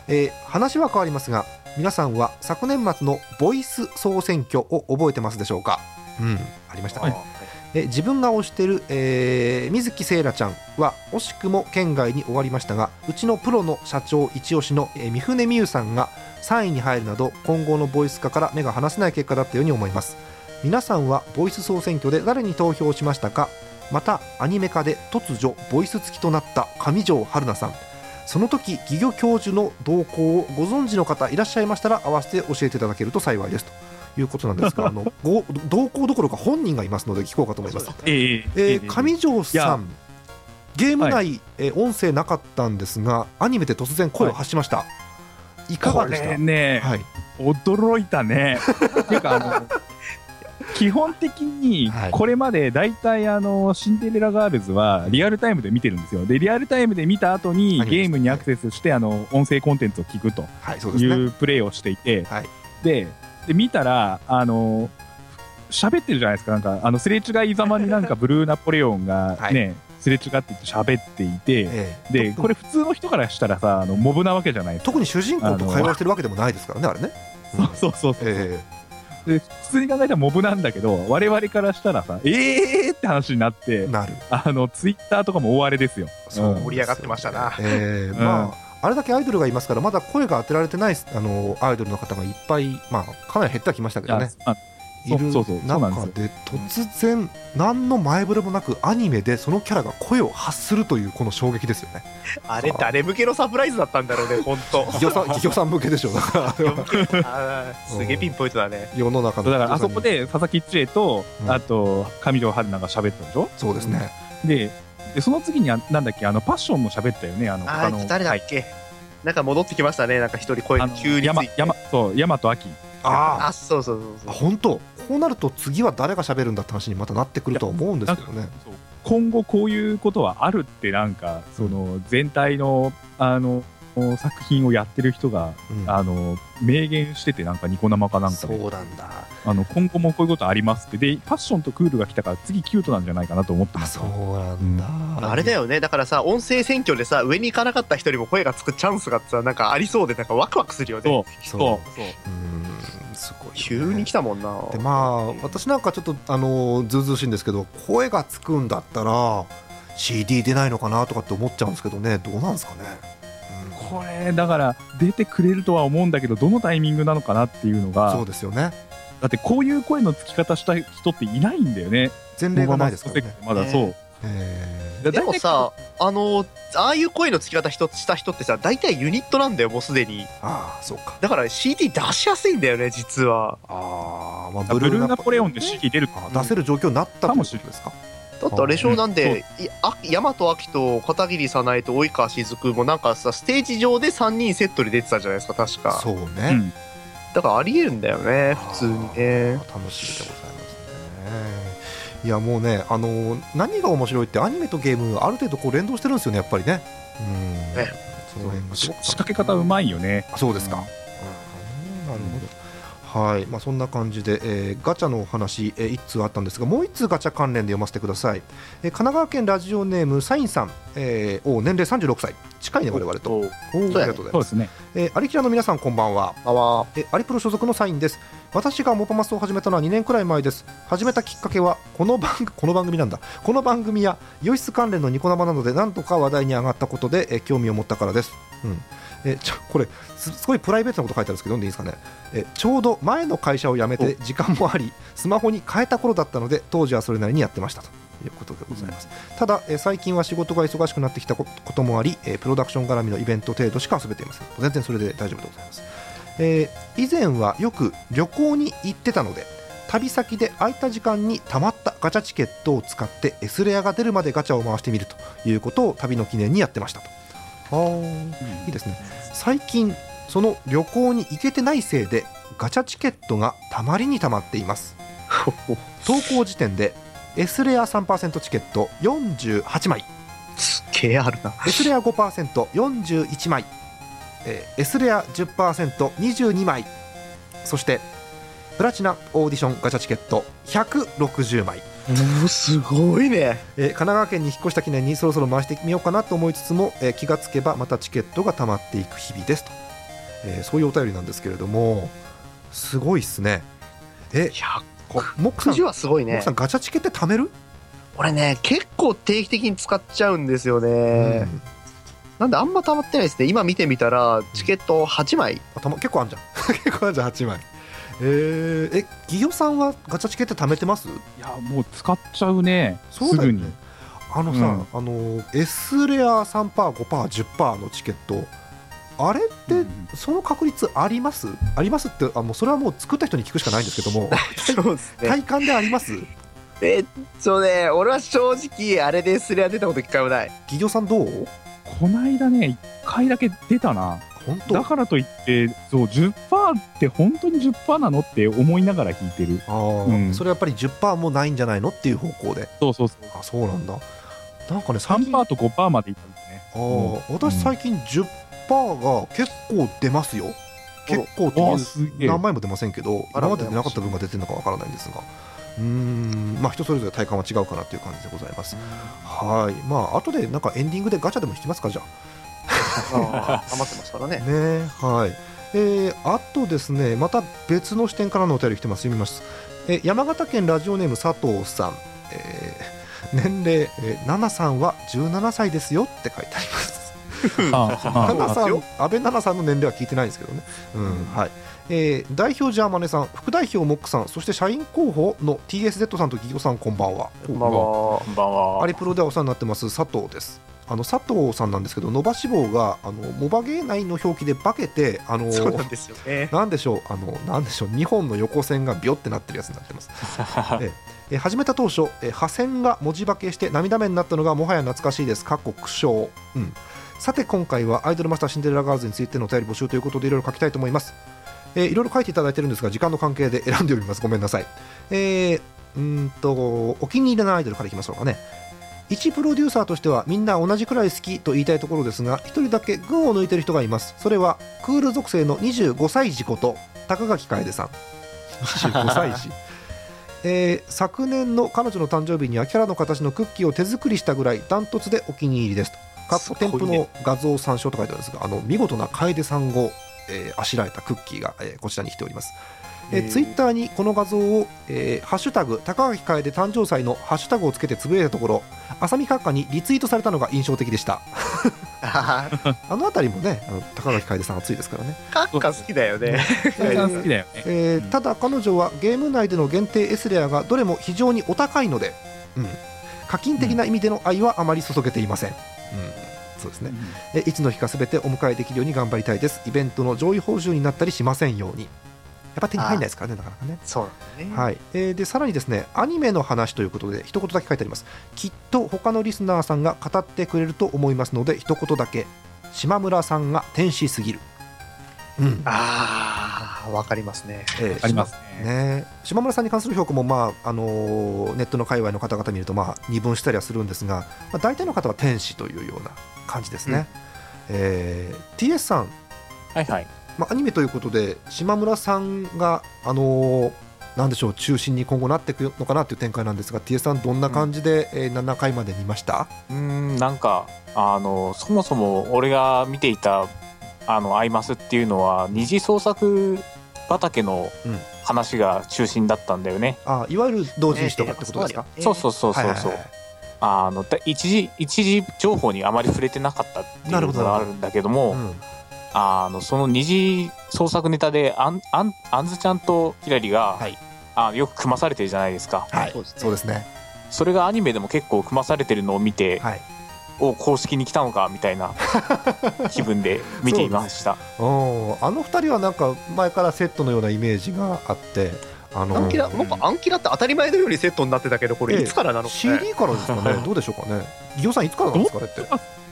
S1: えー話は変わりますが皆さんは昨年末のボイス総選挙を覚えてますでしょうかうんありましたね、え自分が推してる、えー水木聖羅ちゃんは惜しくも県外に終わりましたがうちのプロの社長一押しの、えー三船美優さんが3位に入るなど今後のボイス化から目が離せない結果だったように思います皆さんはボイス総選挙で誰に投票しましたかまたアニメ化で突如ボイス付きとなった上条春菜さんその時義魚教授の動向をご存知の方いらっしゃいましたら合わせて教えていただけると幸いですということなん ですがあのご動向どころか本人がいますので聞こうかと思います
S6: ええ
S1: え
S6: え
S1: ー、上条
S6: い
S1: さ
S6: や
S1: ん、ゲーム内、えー音声なかったんですが、アニメで突然声を発しました。い、か
S6: こ
S1: がでした
S6: れね、
S1: はい、
S6: 驚いたね。っていうかあの基本的に
S1: はい
S6: これまで大体あのシンデレラガールズはリアルタイムで見てるんですよ。でリアルタイムで見た後に
S1: ありますね
S6: ゲームにアクセスしてあの音声コンテンツを聞くと
S1: はい、そうです
S6: い
S1: ね。
S6: うプレイをしていて、
S1: はい
S6: でで見たらあの喋ってるじゃないですかなんかあのすれ違いざまにな んかブルーナポレオンがね、すれ違ってて喋っていて。
S1: えー
S6: で
S1: 特
S6: これ普通の人からしたらさあのモブなわけじゃないですか
S1: 特に主人公と会話してるわけでもないですからね、あれね。
S6: そうそうそうそう、
S1: え
S6: で普通に考えたらモブなんだけど我々からしたらさえーって話になって
S1: ーなる。
S6: あのツイッターとかも大荒れですよ
S1: そう
S6: うん
S4: 盛り上がってましたな。
S1: えー
S6: ん
S1: まあ、あれだけアイドルがいますから、まだ声が当てられてないあのアイドルの方がいっぱい、まあ、かなり減ってはきましたけどね。
S6: あ
S1: い
S6: そ
S1: る
S6: うそうそうそうなん
S1: 中
S6: で
S1: で突然何の前触れもなくアニメでそのキャラが声を発するというこの衝撃ですよね。
S4: あれ誰向けのサプライズだったんだろうね、本 当。
S1: 企業さん企業さん向けでしょうだから
S4: あーすげえピンポイントだね。
S1: 世の中
S6: そ
S1: の
S6: うだからあそこで佐々木千恵と、
S1: うん
S6: あと上条春菜が喋ったでしょ
S1: そうですね
S6: ででその次にあなんだっけあのパッションも喋ったよねあの
S4: あ
S6: 他
S4: ー
S6: の
S4: 誰だっけ。なんか戻ってきましたね、なんか一人声
S6: あ
S4: が
S6: の
S4: 急につ
S6: 山
S4: いて。
S6: 山そう山と秋
S1: あ
S4: あ、そうそう
S1: あ
S4: そうそう。
S1: 本当こうなると次は誰が喋るんだって話にまたなってくるとは思うんですけどね
S6: そう今後こういうことはあるってなんかその全体のあの作品をやってる人が、
S1: うん
S6: あの明言しててなんかニコ生かなんかで
S1: そうなんだ
S6: あの今後もこういうことありますってでパッションとクールが来たから次キュートなんじゃないかなと思って
S1: あ
S6: ます
S1: そうなんだ
S4: あれだよね、だからさ、音声選挙でさ、上に行かなかった人にも声がつくチャンスがさ、なんかありそうで、なんかワクワクするよね。
S6: そう
S1: そ
S6: そうう
S1: うんすごいよね
S4: 急に来たもんな。
S1: でまあ私なんかちょっとあのずうずうしいんですけど声がつくんだったら CD 出ないのかなとかって思っちゃうんですけどねどうなんですかね、うん
S6: これだから出てくれるとは思うんだけどどのタイミングなのかなっていうの
S1: そ
S6: が
S1: うですよね
S6: だってこういう声のつき方した人っていないんだよね
S1: 前例がないですからね、
S6: まだそう、
S1: えー
S6: だ
S4: でもさ、あの、ああいう声のつき方人した人ってさ、大体ユニットなんだよ、もうすでに。
S1: ああそうか
S4: だから CD 出しやすいんだよね、実は。
S1: ああまあ
S6: ブルーナポレオンで CD 出る
S1: あー出せる状況になった
S6: かも
S1: と
S6: し
S1: い
S6: れ
S1: う
S6: な
S1: こ
S6: い
S1: とですか
S4: だってあれでしょ、なんで、いあ大和明と片桐早苗と及川雫もなんかさ、ステージ上で3人セットで出てたじゃないですか、確か。
S1: そうね、
S6: うん
S4: だからありえるんだよね、普通にね。
S1: あー楽しみでございますねいやもうねあのー何が面白いってアニメとゲームある程度こう連動してるんですよねやっぱりねうん
S4: ね
S1: その辺がす
S6: し
S1: ごく楽し
S6: 仕
S1: い
S6: 掛け方うまいよね
S1: あそうですか、うんなるほどはいまあ、そんな感じで、えーガチャのお話、え1通あったんですがもう1通ガチャ関連で読ませてください、えー神奈川県ラジオネームサインさん、えーお年齢36歳近いね我々と
S5: お
S1: おー
S4: そう
S1: あり
S4: やね
S1: がとうござい
S6: そう
S1: ま
S6: ですすね
S1: えーアリキラの皆さんこんばんは
S4: あわ
S1: えアリプロ所属のサインです私がモパマスを始めたのは2年くらい前です始めたきっかけはこの番この番組なんだこの番組や良質関連のニコ生などで何とか話題に上がったことでえ興味を持ったからです、うん、えちょこれすすごいプライベートなこと書いてあるんですけど読んでいいですかねえちょうど前の会社を辞めて時間もありスマホに変えた頃だったので当時はそれなりにやってましたということでございます、ただえ最近は仕事が忙しくなってきたことこともありえプロダクション絡みのイベント程度しか遊べていません全然それで大丈夫でございますえー以前はよく旅行に行ってたので旅先で空いた時間にたまったガチャチケットを使って S レアが出るまでガチャを回してみるということを旅の記念にやってましたといいですね最近その旅行に行けてないせいでガチャチケットがたまりにたまっています投稿時点で S レア3%チケット48枚
S4: ーすっげえあるな。
S1: S レア 5%41 枚、えー、S レア 10%22 枚そしてプラチナオーディションガチャチケット160枚、
S4: もうすごいね。
S1: えー神奈川県に引っ越した記念にそろそろ回してみようかなと思いつつも、えー気がつけばまたチケットが溜まっていく日々ですと、えーそういうお便りなんですけれどもすごいっすねえ
S4: いや、
S1: こモックさ
S4: く
S1: ん、
S4: じ
S1: モ
S4: はすごい
S1: ック
S4: ね
S1: さんガチャチケって貯める、
S4: 俺ね結構定期的に使っちゃうんですよね、
S1: うん
S4: なんであんま溜まってないですね今見てみたらチケット8枚
S1: あたま結構あんじゃん 結構あんじゃん8枚えー、えギオさんはガチャチケって貯めてます
S6: いやもう使っちゃうね
S1: そうだよね
S6: すぐに
S1: あのさ、
S6: うん
S1: あの S レア 3%5%10% のチケットあれって、
S6: うん
S1: その確率ありますありますってあもうそれはもう作った人に聞くしかないんですけども
S4: そうです
S1: 体感であります
S4: えっとね俺は正直あれですりゃ出たこと一回もない
S1: ギギョさんどう
S6: こないだね1回だけ出たな
S1: 本当
S6: だ
S1: あ
S6: からといってそう10%って本当に10%なのって思いながら弾いてる
S1: ー、
S6: うん
S1: それやっぱり10%もないんじゃないのっていう方向で
S6: そうそうそう
S1: あそうなんだなんかね最近
S6: 3%と5%までいったんですね
S1: あー私最近10%が結構出ますよ結構って
S6: あ
S1: い
S6: あ
S1: う
S6: すげえ
S1: 何枚も出ませんけど
S4: あら
S1: 今まで出なかった分が出てるのかわからないんですがうーんまあ人それぞれ体感は違うかなという感じでございますはいまああとでなんかエンディングでガチャでも引きますかじゃあ
S4: あー溜まってますからね
S1: ねはいえー、あとですねまた別の視点からのお便り来てます読みます、えー山形県ラジオネーム佐藤さん、えー年齢、えー、ナナさんは17歳ですよって書いてあります
S6: ああ
S1: 奈々さ
S4: そ
S1: ん
S4: う
S1: 安倍奈々さんの年齢は聞いてないんですけどね、うんはいえー代表ジャーマネさん副代表モックさんそして社員候補の TSZ さんとギギョさんこんばんは
S4: まあまあ
S5: こんばんは
S1: アリプロではお世話になってます佐藤ですあの佐藤さんなんですけど伸ばし棒があのモバゲー内の表記で化けてあの
S4: そうなんですよね
S1: なんでしょうあのなんでしょう2本の横線がビョってなってるやつになってますええ始めた当初え破線が文字化けして涙目になったのがもはや懐かしいですかっこ苦笑、うん、さて今回はアイドルマスターシンデレラガールズについてのお便り募集ということでいろいろ書きたいと思いますえーいろいろ書いていただいてるんですが時間の関係で選んでおりますごめんなさいえーうーんとお気に入りのアイドルからいきましょうかね一プロデューサーとしてはみんな同じくらい好きと言いたいところですが一人だけ群を抜いてる人がいますそれはクール属性の25歳児こと高垣楓さん25歳児 えー昨年の彼女の誕生日にはキャラの形のクッキーを手作りしたぐらいダントツでお気に入りですとカップ
S4: す
S1: 添
S4: ごい
S1: 付
S4: ね
S1: の画像参照と書いてあるんですがあの見事な楓さんを、えーあしらえたクッキーが、えーこちらに来ておりますえーツイッターにこの画像を、えーハッシュタグ高垣楓誕生祭のハッシュタグをつけてつぶやいたところ浅見閣下にリツイートされたのが印象的でした
S4: あー
S1: あの辺りもねあの高垣楓さん熱いですからね、
S4: カッカ好きだ よね
S6: 高さん好きだよね
S1: えーただ彼女はゲーム内での限定 S レアがどれも非常にお高いので、うん、課金的な意味での愛はあまり注げていません、うんそうですねえいつの日かすべてお迎えできるように頑張りたいですイベントの上位報酬になったりしませんようにやっぱ手に入らないですからねなかなかね
S4: そうなんだね
S1: はいえーでさらにですねアニメの話ということで一言だけ書いてありますきっと他のリスナーさんが語ってくれると思いますので一言だけ島村さんが天使すぎる、うん
S4: ああわかりますね
S1: えー
S6: あります
S1: 島
S6: ね
S1: ね島村さんに関する評価も、まああのーネットの界隈の方々見ると、まあ、二分したりはするんですが、まあ、大体の方は天使というような感じですね、えー TS さん
S5: はいはい
S1: まあ、アニメということで島村さんが、あのーなんでしょう中心に今後なっていくのかなという展開なんですが TS さんどんな感じで、えー7回まで見ました
S5: うーんなんかあのそもそも俺が見ていた「あのアイマス」っていうのは二次創作畑の
S1: うん
S5: 話が中心だったんだよね、
S1: あいわゆる同人誌とかってことですか、
S5: そう
S4: う
S5: そうそうそうそう、
S1: はいはい
S5: あのだ一時一時情報にあまり触れてなかったっていう
S1: なる
S5: の
S1: ほど
S5: があるんだけども
S1: はいうん
S5: あのその二次創作ネタであんあんあんずちゃんとひらりが、
S1: はい
S5: あよく組まされてるじゃないですか
S1: はい
S4: そうですね
S1: そうですね
S5: それがアニメでも結構組まされてるのを見て、
S1: はい
S5: お公式に来たのかみたいな気分で見ていました
S1: おーあの二人はなんか前からセットのようなイメージがあってあ
S4: ア
S1: の
S4: ンキラ
S1: ー
S4: なんかアンキラって当たり前のようにセットになってたけどこ
S1: え
S4: れ
S1: え
S4: いつからなのかね
S1: CD からですかねどうでしょうかねギオさんいつからなんですかねって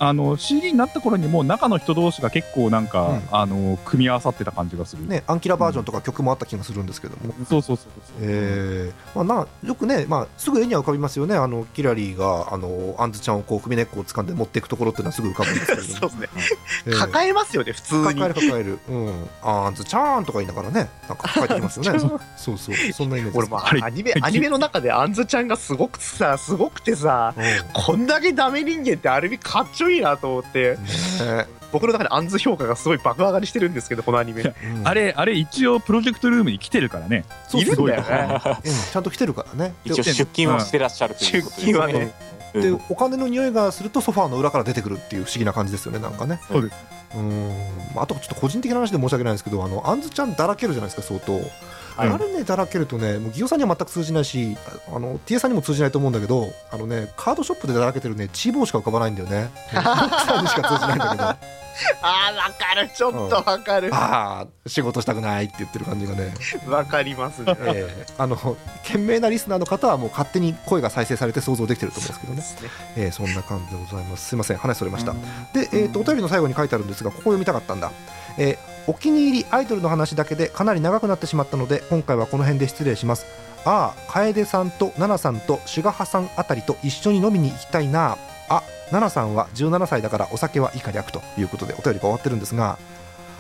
S6: あの CD になった頃にもう中の人同士が結構なんか、
S1: うん
S6: あの組み合わさってた感じがする、
S1: ねアンキラバージョンとか曲もあった気がするんですけども、
S6: そうそうそうそう、
S1: えーまあ、なよくね、まあ、すぐ絵には浮かびますよね、あのキラリーがあのアンズちゃんをこう首根っこを掴んで持っていくところっていうのはすぐ浮かぶんですけれ
S4: そう
S1: ど
S4: ですね
S1: も、
S4: 抱えますよね普通
S1: えー
S4: に
S1: 抱える抱える、うん、アンズちゃんとか言いながらね、なんか抱えてきますよね、 そうそう、そんなイメージで
S4: 俺
S1: す。
S4: も
S6: あれ
S4: アニメアニメの中であんずちゃんがすごくさすごくてさ
S1: うんね
S4: こんだけダメ人間ってある意味かっちょいいなと思って
S1: え
S4: 僕の中でアンズ評価がすごい爆上がりしてるんですけど、このアニメ。
S1: うん
S6: あれ、あれ一応プロジェクトルームに来てるからね。
S4: いるんだよね。
S1: うんちゃんと来てるからねで
S5: 一応出勤はしてらっしゃるということです
S4: 出
S5: ね。
S4: 勤はね
S5: うん。
S1: でお金の匂いがするとソファーの裏から出てくるっていう不思議な感じですよねなんかね
S6: そうです
S1: うーんまああとちょっと個人的な話で申し訳ないんですけどあのあんずちゃんだらけるじゃないですか相当、
S6: はい
S1: あれねだらけるとねもうギオさんには全く通じないしああの T さんにも通じないと思うんだけどあのねカードショップでだらけてるねチーボーしか浮かばないんだよねロックさんにしか通じないんだけどあ
S4: あー、わかる。ちょっとわかる。
S1: あ仕事したくないって言ってる感じがね、
S4: わかりますね。
S1: ええあの懸命なリスナーの方はもう勝手に声が再生されて想像できてると思うんですけどねえー、そんな感じでございます。すいません、話それました。で、えーと、お便りの最後に書いてあるんですが、ここ読みたかったんだ。えーお気に入りアイドルの話だけでかなり長くなってしまったので、今回はこの辺で失礼します。ああ、楓さんと奈々さんとシュガハさんあたりと一緒に飲みに行きたいな。あ、奈々さんは17歳だからお酒は以下略ということでお便りが終わってるんですが、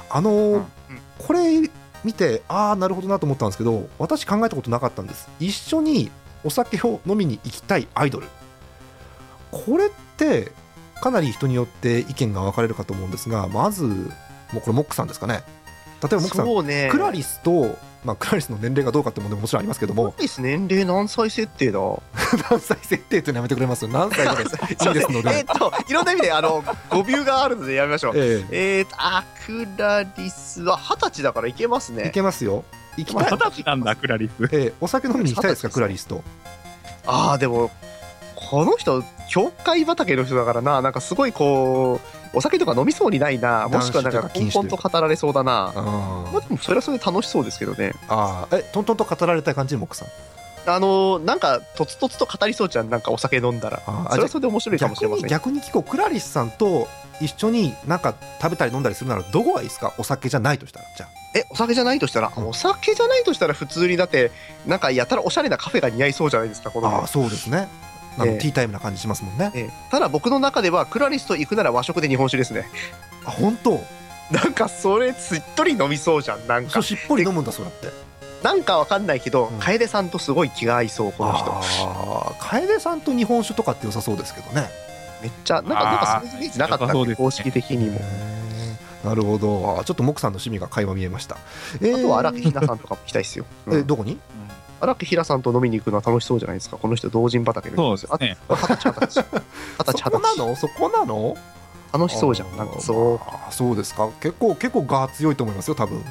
S1: あのー
S5: うん
S1: これ見て、ああ、なるほどなと思ったんですけど、私考えたことなかったんです。一緒にお酒を飲みに行きたいアイドル。これってかなり人によって意見が分かれるかと思うんですがまずもうこれモックさんですかね例えばモックさん
S4: そうね。
S1: クラリスと、まあ、クラリスの年齢がどうかってものももちろんありますけど
S4: クラ
S1: も
S4: リス年齢何歳設定だ
S1: 何歳設定というのやめてくれます何歳ぐらいですいいですの
S4: え
S1: で
S4: っ、と、いろんな意味で、あの、語尾があるのでやめましょう。
S1: え
S4: えーと、あ、クラリスは二十歳だからいけます
S1: えい
S4: ね。
S1: けますよ行き
S6: ま
S1: ま
S6: あ
S1: す
S6: 二、十歳なんだ、クラリス。
S1: ええお酒飲みに行きたいですか
S4: 二十歳です
S1: クラリスと
S4: ああ、でも、この人、教会畑の人だからな、なんかすごいこう、お酒とか飲みそうにないな、もしくはなんか、
S1: 男子とか禁止
S4: 根本と語られそうだな。
S1: あ
S4: まあでも、それはそれで楽しそうですけどね。
S1: あーえトントンと語られたい感じモックさん
S4: あのー、なんか、とつとつと語りそうじゃん、なんかお酒飲んだら。
S1: あー
S4: それはそれで面白いかもし
S1: 逆
S4: れま
S1: に
S4: せん。
S1: 逆に聞こうクラリスさんと一緒になんか食べたり飲んだりするならどこがいいですかお酒じゃないとしたらじゃあ
S4: え、お酒じゃないとしたら、
S1: うん
S4: お酒じゃないとしたら、普通にだって、なんか、やたらおしゃれなカフェが似合いそうじゃないですか、この
S1: ああそうですねあの、
S4: ええ
S1: ティータイムな感じしますもんね
S4: ええただ僕の中ではクラリスと行くなら和食で日本酒ですね
S1: あ本当
S4: なんかそれしっとり飲みそうじゃんなん
S1: そ
S4: か
S1: うしっぽり飲むんだそうだって
S4: なんかわかんないけど、
S1: うん
S4: 楓さんとすごい気が合いそうこの人
S1: ああ楓さんと日本酒とかって良さそうですけどね
S4: めっちゃなんかなんかそのイメージなかった
S6: あー
S4: ん
S6: そう
S4: で
S6: ですね
S4: 公式的にも、
S1: なるほどあーちょっとモクさんの趣味が垣間見えました、えー
S4: あとは荒木ひなさんとかも行きたいですよ、
S1: え
S4: うん
S1: どこに
S4: 荒木ひなさんと飲みに行くのは楽しそうじゃないですかこの人同人畑の人
S6: そうですね。
S4: あ二十歳二十歳二十歳
S1: そこ
S4: 二
S1: な
S4: 十
S1: のそこなの
S4: 歳楽しそうじゃんなんかそ
S1: あーそうですか結構結構が強いと思いますよ多分
S4: う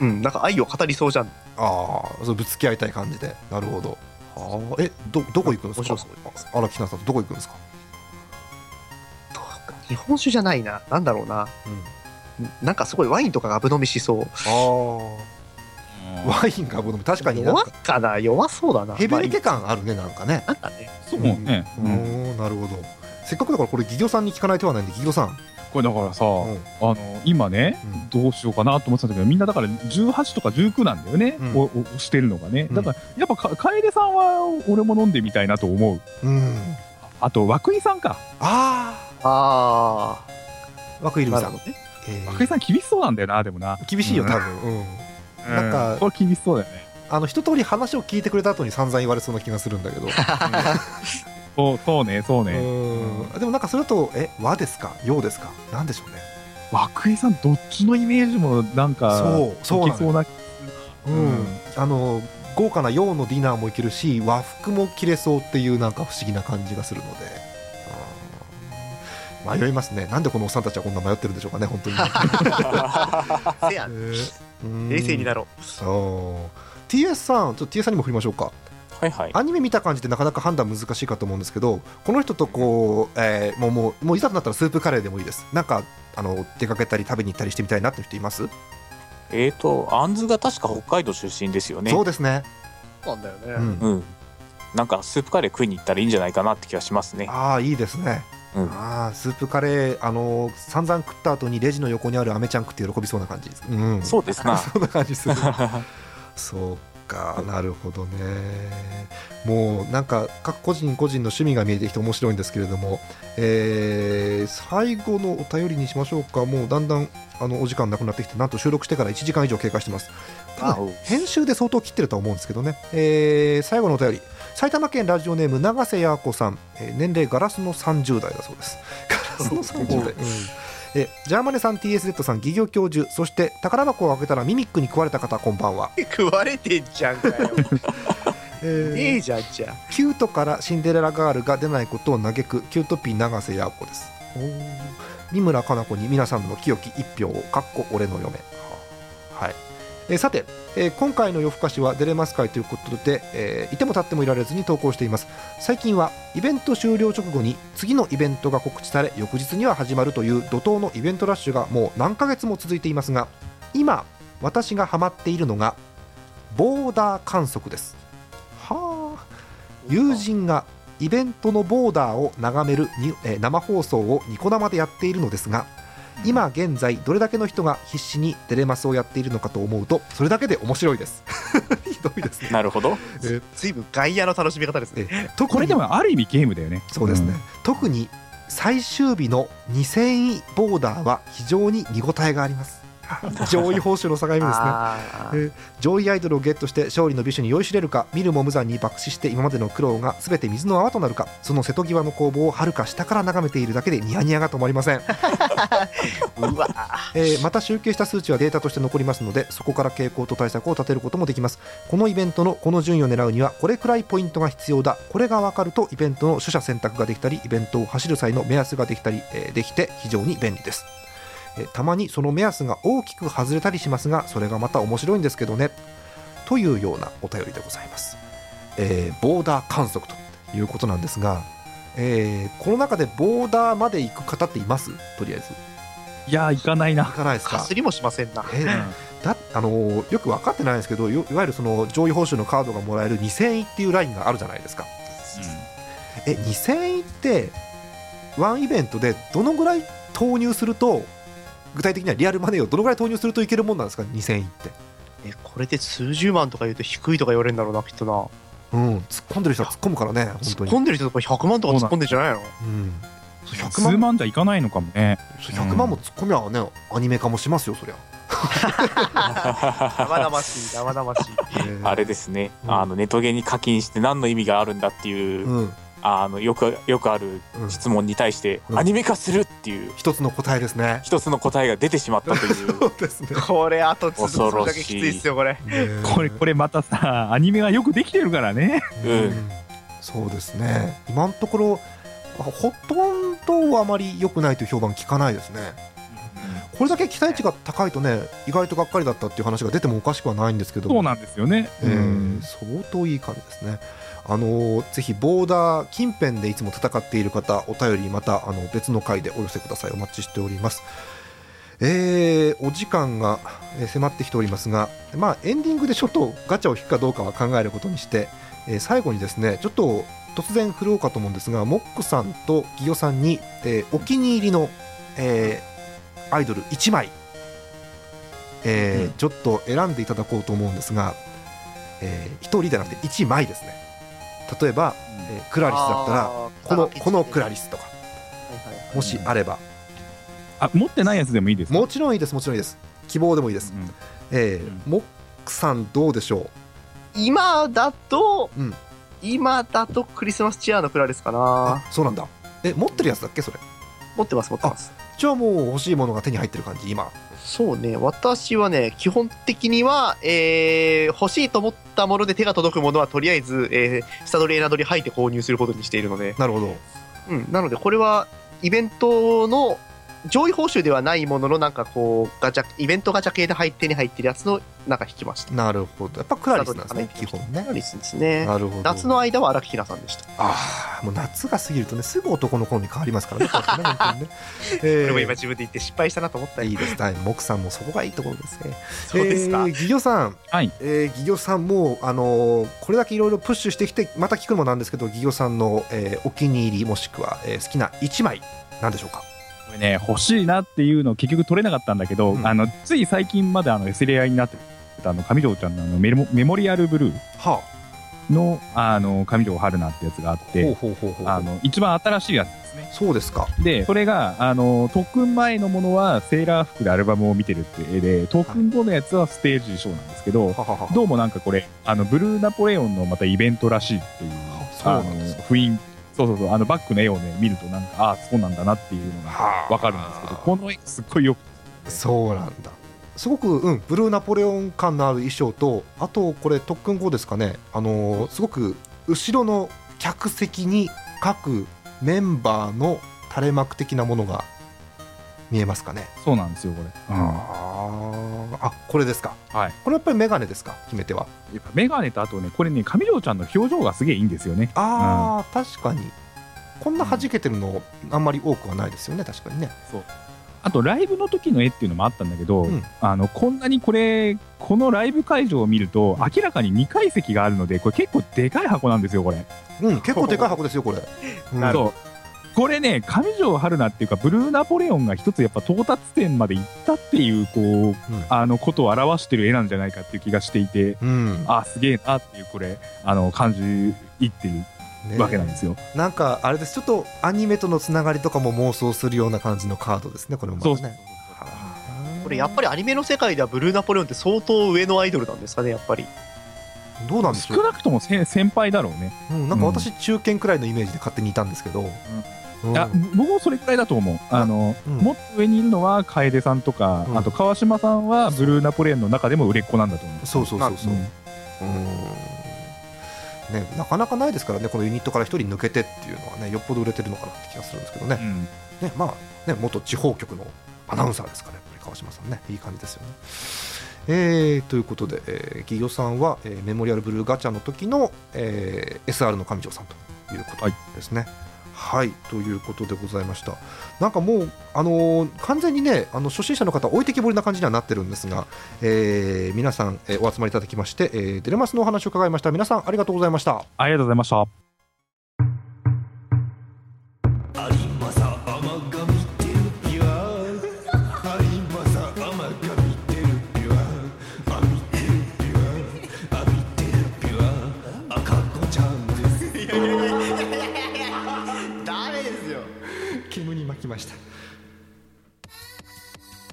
S4: うんなんか愛を語りそうじゃん
S1: ああそうぶつけ合いたい感じでなるほどあーえどどこ行くんです
S4: 面
S1: か
S4: 白そう
S1: 荒木ひなさんとどこ行くんですか、
S4: 日本酒じゃないななんだろうななんかすごいワインとかがぶ飲みしそう
S1: ああワインがぶ飲み確かになん
S4: 弱
S1: か
S4: っかな弱そうだな
S1: ヘベレケ
S4: ま
S1: 感あるねなんかね
S4: あなんかね
S6: そうね。
S1: お
S6: うん
S1: ーなるほどせっかくだからこれ企業さんに聞かない手はないんで企業さん
S6: これだからさ、
S1: うん
S6: あの今ね、どうしようかなと思ってたんだけど、みんなだから18とか19なんだよね、
S1: うん
S6: おお押してるのがね。
S1: うん
S6: だから、やっぱか、楓さんは俺も飲んでみたいなと思う。
S1: うん
S6: あと、涌井さんか。
S1: あ
S4: ああ
S1: あ涌井留美さん、
S4: なるほどね
S1: えー
S6: 涌井さん厳しそうなんだよな、でもな。
S1: 厳しいよ
S6: うん
S1: 多分、うんなんか
S6: うこれ厳しそうだよね。
S1: あの一通り話を聞いてくれた後に散々言われそうな気がするんだけ ど、
S6: そうそうね、そうね。
S1: うんでもなんかそれだとえ和ですか洋ですかなんでしょうね
S6: 涌井さん、どっちのイメージもなんか、
S1: そうそう
S6: い
S1: な
S6: け
S1: の
S6: そうな。
S1: うん
S6: うん
S1: あの豪華な洋のディナーもいけるし和服も着れそうっていうなんか不思議な感じがするのでうん迷いますねなんでこのおっさんたちはこんな迷ってるんでしょうかね本 当に、
S4: せや
S1: 冷
S4: 冷静にな
S1: ろ
S4: ろ
S1: うそう TS さんちょっと TS さんにも振りましょうか
S5: はいはい。
S1: アニメ見た感じってなかなか判断難しいかと思うんですけどこの人とこう、えーもうもうもういざとなったらスープカレーでもいいですなんかあの出かけたり食べに行ったりしてみたいなって人います、
S5: えっ、ー、と、アンズが確か北海道出身ですよね。
S1: そうですね、
S4: う。なんだよ
S1: う
S4: ね。
S1: ん、
S5: うん。なんかスープカレー食いに行ったらいいんじゃないかなって気がしますね。
S1: ああいいですね
S5: うん。
S1: ああスープカレーあのー散々食った後にレジの横にあるアメちゃん食って喜びそうな感じですうん
S5: そうで すな。
S1: そんな感じ するそうかなるほどねもうなんか各個人個人の趣味が見えてきて面白いんですけれども、えー最後のお便りにしましょうかもうだんだんあのお時間なくなってきてなんと収録してから1時間以上経過してますただ
S5: あおう
S1: 編集で相当切ってるとは思うんですけどね、えー最後のお便り埼玉県ラジオネーム永瀬や子さん、えー年齢ガラスの30代だそうですガラスの30代、うん えジャーマネさん TSZ さん企業教授そして宝箱を開けたらミミックに食われた方こんばんは、
S4: 食われてんじゃんかよ。
S1: え
S4: ねえじゃんじゃん。
S1: キュートからシンデレラガールが出ないことを嘆くキュートピー永瀬や子です三村かな子に皆さんの清き一票をかっこ俺の嫁はい、えーさて、えー今回の夜更かしは出れます会ということで、えーいても立ってもいられずに投稿しています最近はイベント終了直後に次のイベントが告知され翌日には始まるという怒涛のイベントラッシュがもう何ヶ月も続いていますが今私がハマっているのがボーダー観測ですはあ友人がイベントのボーダーを眺めるに、えー生放送をニコ生でやっているのですが今現在どれだけの人が必死にデレマスをやっているのかと思うとそれだけで面白いです ひどいですね
S5: なるほど。
S4: ずいぶん外野の楽しみ方ですね。
S1: 特に
S6: これでもある意味ゲームだよね。
S1: そうですね、特に最終日の2000位ボーダーは非常に見応えがあります 上位報酬の境目ですね
S4: あ
S1: えー上位アイドルをゲットして勝利の美酒に酔いしれるか見るも無残に爆死して今までの苦労が全て水の泡となるかその瀬戸際の攻防をはるか下から眺めているだけでニヤニヤが止まりません、
S4: ーうわ。
S1: えーまた集計した数値はデータとして残りますのでそこから傾向と対策を立てることもできますこのイベントのこの順位を狙うにはこれくらいポイントが必要だこれが分かるとイベントの取捨選択ができたりイベントを走る際の目安ができたり、えーできて非常に便利ですえーたまにその目安が大きく外れたりしますがそれがまた面白いんですけどねというようなお便りでございます、えーボーダー観測ということなんですが、えーこの中でボーダーまで行く方っていますとりあえず
S6: いやー、行かない
S1: 行
S6: な。
S1: かないです
S4: か
S1: か
S4: すりもしませんな。
S1: えーだあのーよく分かってないんですけどよいわゆるその上位報酬のカードがもらえる2000位っていうラインがあるじゃないですかえ2000位ってワンイベントでどのぐらい投入すると具体的にはリアルマネーをどのぐらい投入するといけるもんなんですか2000位って
S4: えこれで数十万とか言うと低いとか言われるんだろうなきっとな。
S1: うん突っ込んでる人は突っ込むからね本当
S4: 突っ
S1: に
S4: 込んでる人とか100万とか突っ込んでんじゃないの？
S1: うんそう
S6: 数
S1: 100, 万
S6: 万じゃ行かないのかもね。
S1: そう100万も突っ込みゃねアニメ化もしますよそりゃ、
S4: 生々しい生 々しい。
S5: あれですね、
S1: うん
S5: あのネトゲに課金して何の意味があるんだっていう、
S1: うん、うん、
S5: あのよくよくある質問に対して、
S1: うん
S5: アニメ化するっていう
S1: 一つの答えですね
S5: 一つの答えが出てしまったという
S1: そうですね
S4: これあと
S5: 恐
S4: 続
S5: ろ
S4: くだ
S5: し
S4: け
S5: い
S4: きついっすよこれ。
S6: これ、これまたさ、アニメがよくできてるからね。
S5: うん
S1: そうですね今のところあほとんどあまり良くないという評判聞かないですねこれだけ期待値が高いとね意外とがっかりだったっていう話が出てもおかしくはないんですけど
S6: そうなんですよね。
S1: えー相当いい感じですねあのーぜひボーダー近辺でいつも戦っている方お便りまたあの別の回でお寄せくださいお待ちしておりますえーお時間がえー迫ってきておりますが、まあ、エンディングでちょっとガチャを引くかどうかは考えることにして、えー最後にですねちょっと突然振ろうかと思うんですがモックさんとギヨさんに、えーお気に入りの、えーアイドル1枚、えー
S5: うん
S1: ちょっと選んでいただこうと思うんですが、え1人じゃなくて1枚ですね例えば、えークラリスだったら
S4: あー
S1: このこのクラリスとか
S4: はいはい
S1: もしあれば
S6: あ、持ってないやつでもいいですか
S1: もちろんいいですもちろんいいです希望でもいいです、
S6: うん
S1: えー
S6: うん
S1: モックさんどうでしょ
S4: 今だと、
S1: うん
S4: 今だとクリスマスチアーのクラですか
S1: う
S4: な
S1: あそうなんだえ持ってるやつだっけそれ
S4: 持ってます持ってます
S1: じゃあもう欲しいものが手に入ってる感じ今
S4: そうね私はね基本的には、えー欲しいと思ったもので手が届くものはとりあえず、えー下取りエナ取り入って購入することにしているので、
S1: なるほど
S4: うん、なのでこれはイベントの上位報酬ではないもののなんかこうガチャイベントガチャ系で入ってに入ってるやつのなんか引きました
S1: なるほどやっぱクラリスなんですね
S4: クラ
S1: 基
S4: リス
S1: 本
S4: クラ
S1: ね
S4: リスですね
S1: なるほど
S4: 夏の間は荒木ひなさんでした
S1: ああもう夏が過ぎるとねすぐ男の頃に変わりますからねこうやってね本当にね、
S4: これも
S1: え
S4: 今自分で言って失敗したなと思った
S1: ーい
S4: り
S1: いですね木さんもそこがいいところですね
S4: そうですか
S1: えー、ギギョさん、
S6: はい
S1: えーギギョさんもう、あのーこれだけいろいろプッシュしてきてまた聞くのもなんですけどギギョさんの、えーお気に入りもしくは、えー好きな1枚なんでしょうか
S6: これね、欲しいなっていうの結局取れなかったんだけど、
S1: うん
S6: あの、つい最近まであの、SLI になってたあの、上条ちゃんのあのメモメモリアルブルー
S1: は
S6: の、あの、上条春菜ってやつがあっ
S1: あほう
S6: て、
S1: ほうほうほう
S6: あの、一番新しいやつですね。
S1: そうですか
S6: で、それが、あの、特訓前のものはセーラー服でアルバムを見てるって絵で、特訓後のやつはステージショーなんですけど、
S1: ははは
S6: どうもなんかこれ、あの、ブルーナポレオンのまたイベントらしいっていう、
S1: そうなんです
S6: あの雰囲そうそうそう、あのバックの絵をね、見るとなんか、ああ、そうなんだなっていうのが
S1: はあ
S6: わかるんですけど、この絵すっごいよく、
S1: そうなんだすごく、うん、ブルーナポレオン感のある衣装とあとこれ特訓後ですかねあのーすごく後ろの客席に各メンバーの垂れ幕的なものが見えますかね、
S6: そうなんですよ、これ。うん。や
S1: ああこれですか、
S6: はい、
S1: これやっぱりメガネですか決め手は
S6: っぱメガネとあとね、これね、上条ちゃんの表情がすげえいいんですよね。
S1: あー、確かにこんな弾けてるのあんまり多くはないですよね確かにね
S6: あと、ライブの時の絵っていうのもあったんだけど、
S1: うん
S6: あの、こんなにこれ、このライブ会場を見ると、明らかに2階席があるので、これ結構でかい箱なんですよ、これ。
S1: うん結構でかい箱ですよこれ、うん
S7: なる
S6: そうこれね、上条春菜っていうか、ブルーナポレオンが一つやっぱ到達点まで行ったっていう、こう、あのことを表してる絵なんじゃないかっていう気がしていて、
S1: うん
S6: あ、すげえなっていう、これ、あの、感じいってる
S1: ね
S6: わけなんですよ。
S1: なんかあれですちょっとアニメとのつながりとかも妄想するような感じのカードですねこれもまた
S6: そう
S1: ね
S4: これやっぱりアニメの世界ではブルーナポレオンって相当上のアイドルなんですかねやっぱり
S1: どうなんでしょ
S6: 少
S1: う、
S6: なくとも先先輩だろうね。
S1: うん、なんか私中堅くらいのイメージで勝手にいたんですけど、うん
S6: いや僕もそれくらいだと思う。あの、
S1: うん
S6: もっと上にいるのは楓さんとか、
S1: うん
S6: あと川島さんはブルーナポレオンの中でも売れっ子なんだと思う。
S1: そうそうそうそう、
S6: う
S1: うん
S6: ん
S1: ね、なかなかないですからねこのユニットから一人抜けてっていうのはねよっぽど売れてるのかなって気がするんですけどね,、ねまあね元地方局のアナウンサーですからやっぱり川島さんねいい感じですよね。えーということで、えー、企業さんは、えーメモリアルブルーガチャの時の、えー SR の上条さんということですね。はい、ということでございました。なんかもう、あのー完全にね、あの初心者の方、置いてきぼりな感じにはなってるんですが、えー皆さん、えーお集まりいただきまして、えーデレマスのお話を伺いました。皆さん、ありがとうございました。
S6: ありがとうございました。
S1: 煙に巻きました、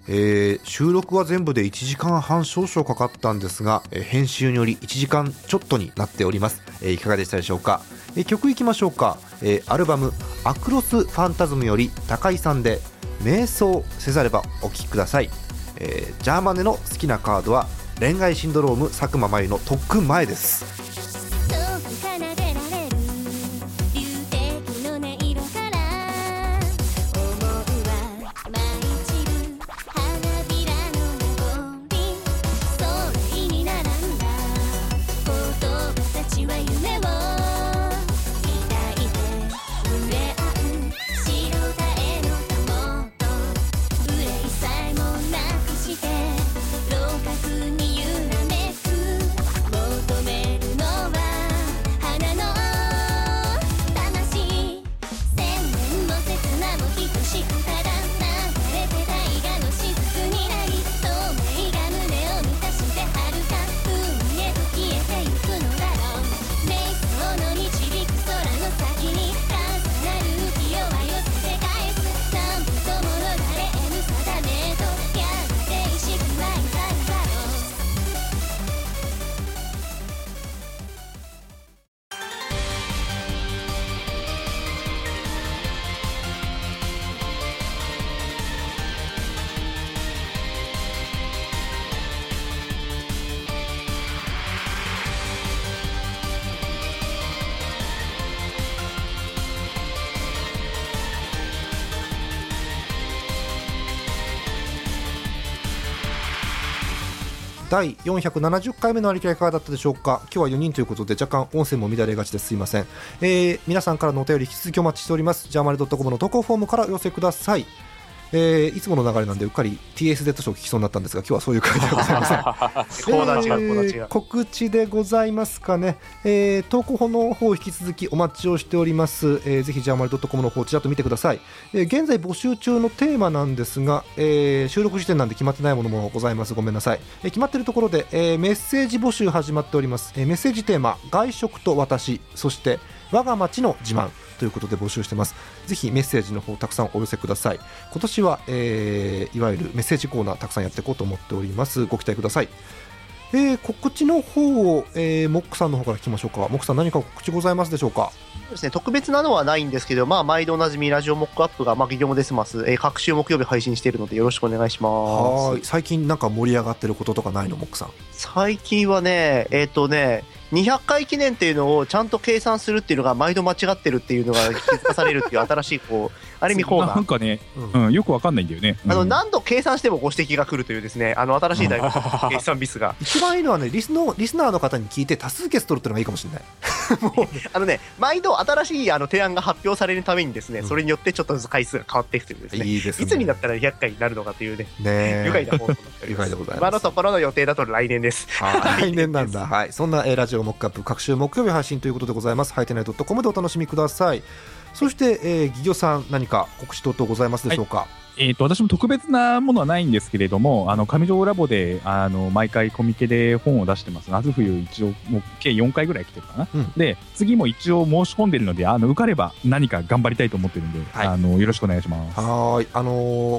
S1: えー収録は全部で1時間半少々かかったんですが、えー編集により1時間ちょっとになっております、えーいかがでしたでしょうか、えー曲いきましょうか、えーアルバム「アクロス・ファンタズム」より高井さんで「瞑想せざればお聴きください」えージャーマネの好きなカードは恋愛シンドローム佐久間真由の特訓前です
S3: 「遠く奏でられる」「流滴の音色から」「思うは舞い散る」「花びらの残り」「空に並んだ」「言葉たちは夢を」「抱いて触れ合う」「白たえのたもと」憂いさえもなくして老角に揺らめく求めるのは花の魂千年も刹那も等しくただ流れて大河の雫になり透明が胸を満たして遥か海へと消えてゆくのだろう瞑想の導く空の先に重なる浮世は寄せて返す何ともの誰へむ定めとやがて意識は至るだろう
S1: 第470回目のありきらいかがだったでしょうか今日は4人ということで若干音声も乱れがちですいません、えー皆さんからのお便り引き続きお待ちしておりますジャーマルドットコムの投稿フォームからお寄せくださいえーいつもの流れなんでうっかり TSZ 賞を聞きそうになったんですが今日はそういう感じではございません
S4: コーナー違うコーナー違
S1: え
S4: う
S1: ー告知でございますかね、えー投稿の方引き続きお待ちをしております、えーぜひジャーマルドットコムの方ちらっと見てください、えー現在募集中のテーマなんですが、えー収録時点なんで決まってないものもございますごめんなさい、えー決まっているところで、えーメッセージ募集始まっております、えーメッセージテーマ外食と私そして我が町の自慢ということで募集してますぜひメッセージの方たくさんお寄せください今年は、えーいわゆるメッセージコーナーたくさんやっていこうと思っておりますご期待くださいえー告知の方を、えーモックさんの方から聞きましょうかモックさん何か告知ございますでしょうか
S4: そうですね、特別なのはないんですけど、まあ、毎度おなじみ、ラジオモックアップが、まあ、業務ですます、えー各週木曜日配信しているので、よろしくお願いしま
S1: はーい
S4: す。
S1: 最近なんか盛り上がってることとかないのモックさん
S4: 最近はね、えっ、とね、200回記念っていうのをちゃんと計算するっていうのが、毎度間違ってるっていうのが気づかされるっていう新しい、こう、ある意味コーナ
S6: な
S4: ー
S6: ん。かね、
S1: うん
S6: うん、よくわかんないんだよね。
S4: あの、
S6: うん
S4: 何度計算してもご指摘が来るというですね、あの、新しい大学の計算ミ スが。
S1: 一番いいのはねリスのリスナーの方に聞いて多数決取るってのがいいかもしれない
S4: あのね、毎度新しいあの提案が発表されるためにですね、
S1: うん
S4: それによってちょっとずつ回数が変わっていくというですね、
S1: いいですね
S4: いつになったら200回になるのかというね、
S1: ねえ
S4: 愉 快な放送になっておりま
S1: 愉快
S4: す
S1: でございます
S4: 今のところの予定だと来年 です。
S1: はい来年なんだ。はい。そんな、えーラジオモックアップ、各週木曜日配信ということでございます。ハイテナイドットコムでお楽しみください。そして、えー、ギギョさん、何か告知等々ございますでしょうか。
S6: えっと私も特別なものはないんですけれども、あの上条ラボであの毎回コミケで本を出してます。夏冬一応もう計4回ぐらい来てるかな。
S1: うん
S6: で次も一応申し込んでるので、あの受かれば何か頑張りたいと思ってるんで、
S1: はい
S6: あのよろしくお願いします。
S1: はーい。あの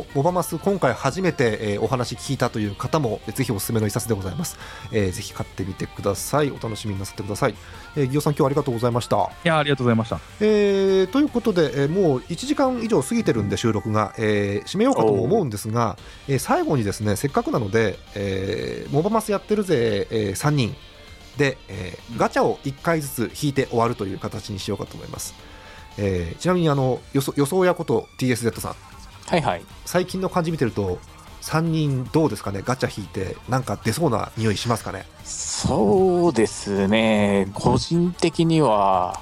S1: ーオバマス、今回初めて、えーお話聞いたという方も、えーぜひおすすめの一冊でございます。えーぜひ買ってみてください。お楽しみになさってください。えー、ギギョさん、今日はありがとうございました。
S6: いやありがとうございました。
S1: えーということで、えーもう1時間以上過ぎてるんで収録が、えー締めようかとも思うんですが、えー最後にですねせっかくなので、えーモバマスやってるぜ、え3人で、えーガチャを1回ずつ引いて終わるという形にしようかと思います、えーちなみにあの予想予想やこと TSZ さん
S5: はいはい。
S1: 最近の感じ見てると3人どうですかねガチャ引いてなんか出そうな匂いしますかね
S5: そうですね。個人的には、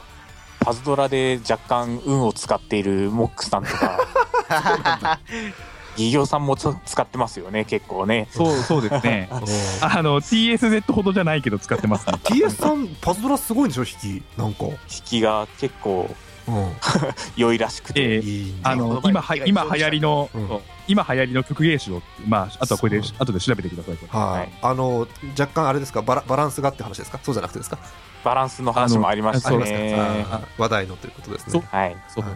S5: パズドラで若干運を使っているモックさんとか、企業さんもつ使ってますよね、結構ね。
S6: そうそうですね。 あの TSZ ほどじゃないけど使ってます、ね。
S1: TS さんパズドラすごいんでしょ引きなんか、うん、
S5: 引きが結構良いらしくて。
S6: えー
S1: いいね
S6: あの今は今流行りの、
S1: うん
S6: そう今流行りの曲芸集をまああとはこれで
S1: そう
S6: 後で調べてください。これ
S1: はい、
S5: はい
S1: あの若干あれですかバラバランスがって話ですかそうじゃなくてですか
S5: バランスの話もありました
S6: そうです
S1: ありま
S5: ね
S1: す。かあー話題のということです
S6: そ
S1: ね
S6: う
S5: はい。
S6: そう
S1: はい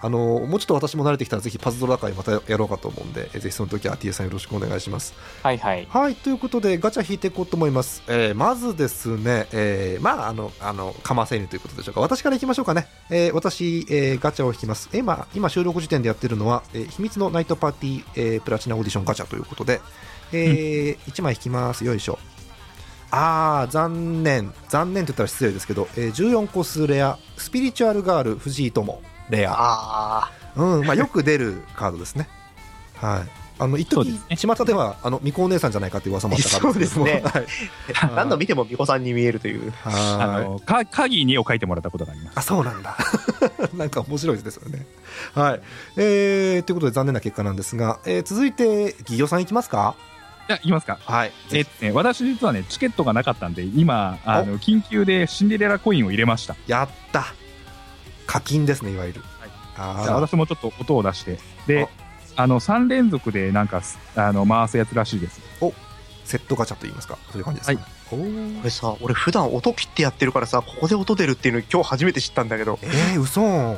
S1: あのもうちょっと私も慣れてきたらぜひパズドラ会またやろうかと思うんでえぜひその時は TA さんよろしくお願いします
S5: はいはい。
S1: はいということでガチャ引いていこうと思います、えーまずですね、えーまああのあのかませぬということでしょうか私からいきましょうかね、えー私、えーガチャを引きます今今収録時点でやってるのは、えー秘密のナイトパーティー、えープラチナオーディションガチャということで、え1枚引きますよいしょあー残念残念って言ったら失礼ですけど、えー14個数レアスピリチュアルガール藤井友レア
S4: あ
S1: うんまあ、よく出るカードですね。はいあの一
S6: そう
S1: 時
S6: ですね
S1: 巷ではあのみこお姉さんじゃないかって噂もあったから
S4: そうです ね
S1: はい
S4: あ、何度見ても巫女さんに見えるという。
S6: あ
S1: はい
S6: のか鍵に絵を描いてもらったことがあります。
S1: あそうなんだ なんか面白いですよねはいえー、ということで残念な結果なんですが、えー続いてギオさんいきますか
S6: じゃあいきますか。
S1: はい
S6: えっとね、私実はねチケットがなかったんで今あの緊急でシンデレラコインを入れました。
S1: やった課金ですねいわゆる、
S6: はい
S1: あ
S6: じゃあ
S1: ー
S6: 私もちょっと音を出してで。あの3連続でなんかすあの回すやつらしいです。
S1: セットガチャといいますかそういう感じですね、おー
S4: これさ、俺普段音切ってやってるからさ、ここで音出るっていうの今日初めて知ったんだけど、
S1: えー、嘘
S4: 本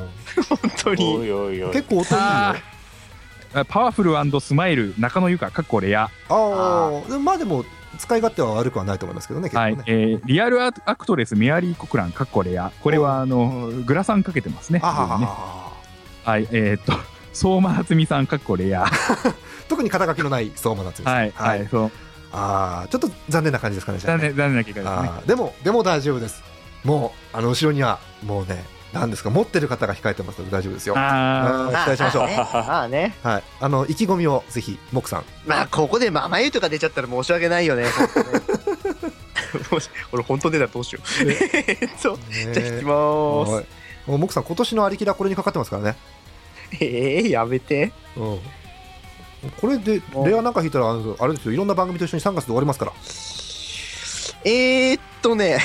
S4: 当
S5: お
S4: に。
S5: いおいおい
S1: 結構音いいよ
S6: ああパワフルスマイル中野由香かっこレア、
S1: ああまあでも使い勝手は悪くはないと思いますけどね結構
S6: は
S1: ね、
S6: いえーリアルアクトレスメアリー・コクランかっこレアこれはあのグラサンかけてますね。ね
S1: ああ、
S6: はいえーっと相馬初美さんかっこレア
S1: 特に肩書きのない相馬夏美さん。
S6: はいはい、そう
S1: ああ、ちょっと残念な感じですかね。じゃあ
S6: 残
S1: ね
S6: 念残念な結果ですね。
S1: あーでも、でも大丈夫です。もう、あの後ろには、もうね、なんですか、持ってる方が控えてますので、大丈夫ですよ。
S6: あ
S1: あー期待しましょう。
S4: ねまあね。
S1: はい、あの意気込みをぜひ、木さん。
S4: まあ、ここでママユとか出ちゃったら申し訳ないよね。 もし俺本当出たらどうしよう。えっと、 じゃあ引き
S1: ね
S4: ま
S1: は
S4: ー
S1: いもう木さん、今年のありきら、これにかかってますからね。
S4: す。えー、やめて。
S1: うんこれでレアなんか引いたらあのあれですよいろんな番組と一緒に3月で終わります から
S4: えー、っとね、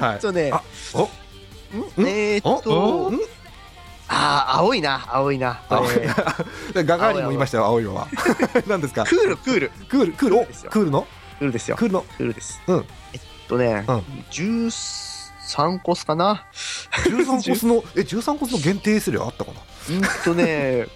S1: は
S4: えっとね、
S1: あおん
S4: んえー、っ
S1: お
S4: と、あー、青いな、青いな。
S1: 青い
S4: えー
S1: でガガーリンも言いましたよ青いの は何ですか
S4: クール、クール。
S1: クールクールお
S4: ですよ
S1: クールの
S4: クールですよ。
S1: クールの
S4: クールです。
S1: うん
S4: えっとね、
S1: うん
S4: 13コスかな
S1: 13コスのえ13コスの限定するあったかな
S4: うんとね、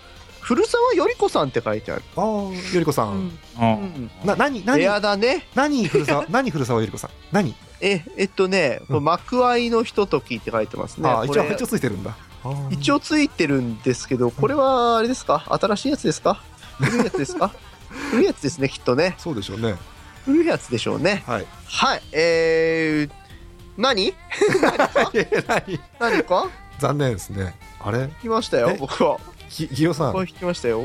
S4: 古澤より子さんって書いてある。
S1: あーよりこさん、
S6: うん
S1: な何
S4: レ
S1: 何
S4: アだね。
S1: 何古 澤何古澤よりこさん何
S4: え、えっとね、これ
S1: うん
S4: 幕合のひとときって書いてますね。
S1: あー
S4: こ
S1: 一
S4: れ
S1: 応一応ついてるんだあー
S4: 一応ついてるんですけど、これはあれですか新しいやつですか古いやつです か古いやつですね、きっとね。
S1: そうでしょう ね
S4: 古いやつでしょうね。
S1: はい
S4: はい、えー、何
S1: いやいや何
S4: 何か
S1: 残念ですねあれ
S4: 聞きましたよ
S1: え、
S4: 僕は。
S1: ぎぎよさん
S4: 僕は聞きましたよ。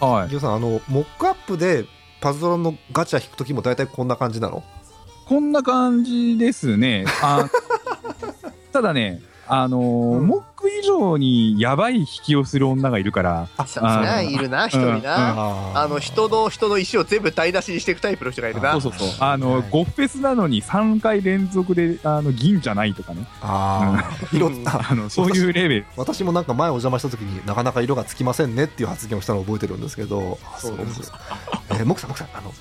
S6: は
S1: ぎ
S6: い。
S1: よさんあのモックアップでパズドラのガチャ引くときも大体こんな感じなの
S6: こんな感じですね。あ ただね、あのー
S1: うん
S6: モック以上にやばい引きをする女がいるから、
S1: あ
S4: さあ
S6: あー
S4: いるな、一人な。
S1: あー
S4: あの、人の、人の石を全部台無しにしていくタイプの人がいるな。
S6: そうそうそう、あ
S1: は
S6: の、
S1: い
S6: ゴフェスなのに3回連続であの銀じゃないとかね、
S1: あー拾った
S6: あのそういうレベル。
S1: 私もなんか前お邪魔した時になかなか色がつきませんねっていう発言をしたのを覚えてるんですけどあ
S4: そうです
S1: かえー、モクさんモクさんあのもう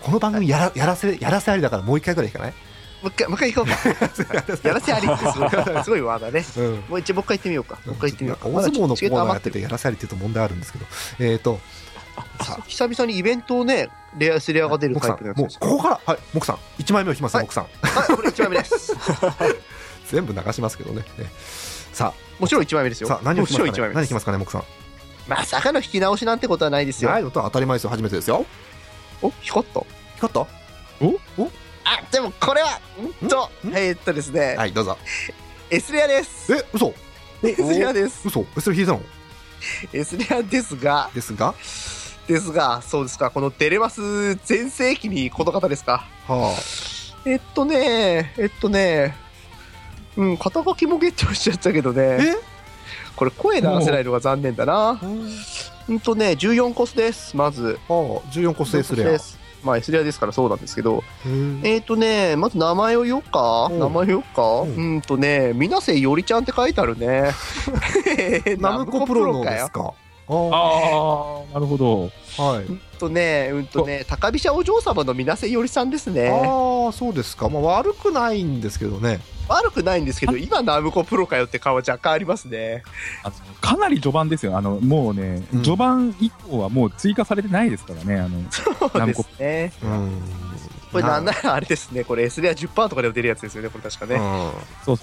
S1: この番組やらやらせやらせありだからもう一回ぐらいいかない
S4: もう一回、もう一回行こうか。やらせありってすごい、す ごいワーだね。
S1: うん
S4: もう一度、もう一回行ってみようか。もう一回行ってみようか。
S1: なんか大相撲のコ
S4: チケ
S1: ー
S4: ット
S1: ナーや
S4: 余
S1: っ
S4: っ
S1: て
S4: て
S1: て
S4: る
S1: やらせありっていうと問題あるんですけどえっ、ー、とさあ
S4: 久々にイベントをね、レアスレアが出る
S1: モク
S4: タ
S1: さ
S4: イ
S1: ん
S4: プのやつ
S1: もう
S4: です。
S1: ここからはいモクさん一枚目を引きますよ、
S4: はい
S1: モクさん
S4: はい、これ1枚目です。
S1: 全部流しますけどねねさ
S4: もちろん1枚目です
S1: あ
S4: よ。
S1: さあ何を引
S4: も
S1: き
S4: ち
S1: ま
S4: ろん
S1: す
S4: 1
S1: かね
S4: 枚
S1: 何
S4: 目で
S1: 引き
S4: す
S1: ますかねモクさん
S4: まさかの引き直しなんてことはないですよ。
S1: ないのとは当たり前ですよ初めてですよ
S4: お、光った。
S1: 光った
S4: あ、でもこれは、んと、
S1: ん
S4: えーっとですね、
S1: はいどうぞ
S4: S レアです。
S1: え嘘
S4: S レアです。
S1: 嘘えそれ引いたの
S4: S レアですが、
S1: ですが
S4: ですが、そうですか、このデレマス全盛期にこの方ですか。
S1: はあ
S4: えっとね、えっとね、うん、肩書きもゲットしちゃったけどね、
S1: え
S4: これ声流せないのが残念だな。
S1: うん
S4: うんとね、14コスです、まず。
S1: ああ14個制すれ
S4: 14
S1: や
S4: コスですまあ S レアですからそうなんですけど、
S1: え
S4: えっ、とね、まず名前を言おうか、
S1: うん
S4: 名前を言おうか、
S1: う
S4: うんん、とね、みなせいよりちゃんって書いてあるね。
S1: ナムコプロの
S4: ナムコ
S1: ですかあ
S6: ああ、なるほど。
S1: あはい
S4: うんとね、うんとね、高飛車お嬢様の水瀬よりさんですね。
S1: ああそうですかまあ悪くないんですけどね
S4: 悪くないんですけど、今ナムコプロかよって顔は若干あります ね。
S6: あのかなり序盤ですよ。あの、もうね、
S1: うん
S6: 序盤以降はもう追加されてないですからね、あの、
S4: そうですね。
S1: うん
S4: これなんならあれですね、これ S レア10%とかでも出るやつですよね、これ確かね。
S1: うん
S6: そうっす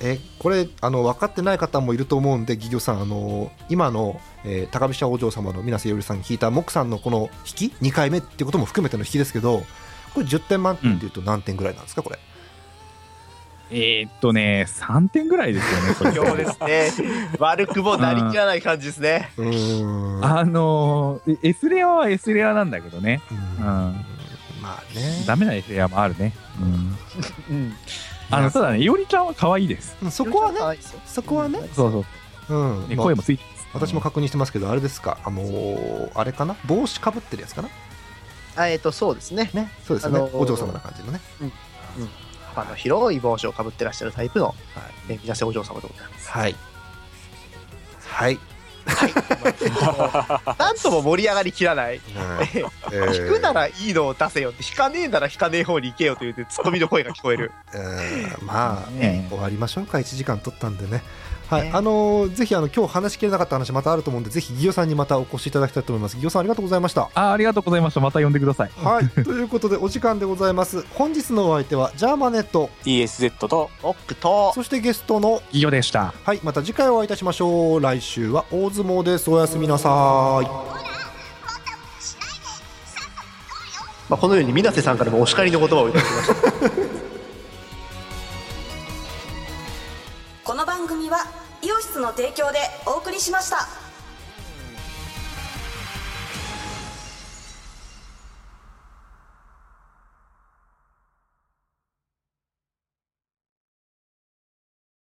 S1: えこれあの分かってない方もいると思うんでギギョさんあの今の、えー高飛車お嬢様の水瀬よりさんに聞いたモクさんのこの引き2回目っていうことも含めての引きですけどこれ10点満点っていうと何点ぐらいなんですかこれ、
S6: えーっとね、3点ぐらいですよね、それ
S4: 今日ですね、悪くもなりきらない感じですね。
S1: うーん
S6: あのー、え S レアは S レアなんだけどね。
S1: うん
S6: うん
S1: まあね
S6: ダメな S レアもあるね。うん。
S4: うん。
S6: あの、ただね、いおりちゃんは可愛いです。
S1: うんそこはね
S4: 可愛いですよ
S1: そこはね、
S6: そうそう。
S1: うん
S6: ね
S1: まあ
S6: 声もついてます。
S1: 私も確認してますけど、あれですか、あのーあれかな、帽子かぶってるやつかな、
S4: あえっ、と、そうですね。
S1: ね、そうですよね、
S4: あのー
S1: お嬢様な感じのね、
S4: あの、広い帽子をかぶってらっしゃるタイプの、えー、水瀬お嬢様でございます。
S1: はい、はい、
S4: なんとも盛り上がりきらない。
S1: うん
S4: え
S1: え
S4: ー
S1: ー
S4: 引くならいいのを出せよって、引かねえなら引かねえ方に行けよというねツッコミの声が聞こえる。
S1: えーまあ、
S6: ね
S1: 終わりましょうか、1時間取ったんでね。はい、
S4: ね
S1: あのーぜひあの今日話しきれなかった話またあると思うんでぜひギオさんにまたお越しいただきたいと思いますギオさんありがとうございました
S6: あありがとうございました。また呼んでください。
S1: はい ということでお時間でございます本日のお相手はジャーマネット
S5: DSZ と
S4: ロックと、
S1: そしてゲストの
S6: ギヨでした。
S1: はいまた次回お会いいたしましょう来週は大相撲ですおやすみなさーい
S4: まあ、このように水瀬さんからもお叱りの言葉をいただきました。
S2: この番組はイオシスの提供でお送りしました。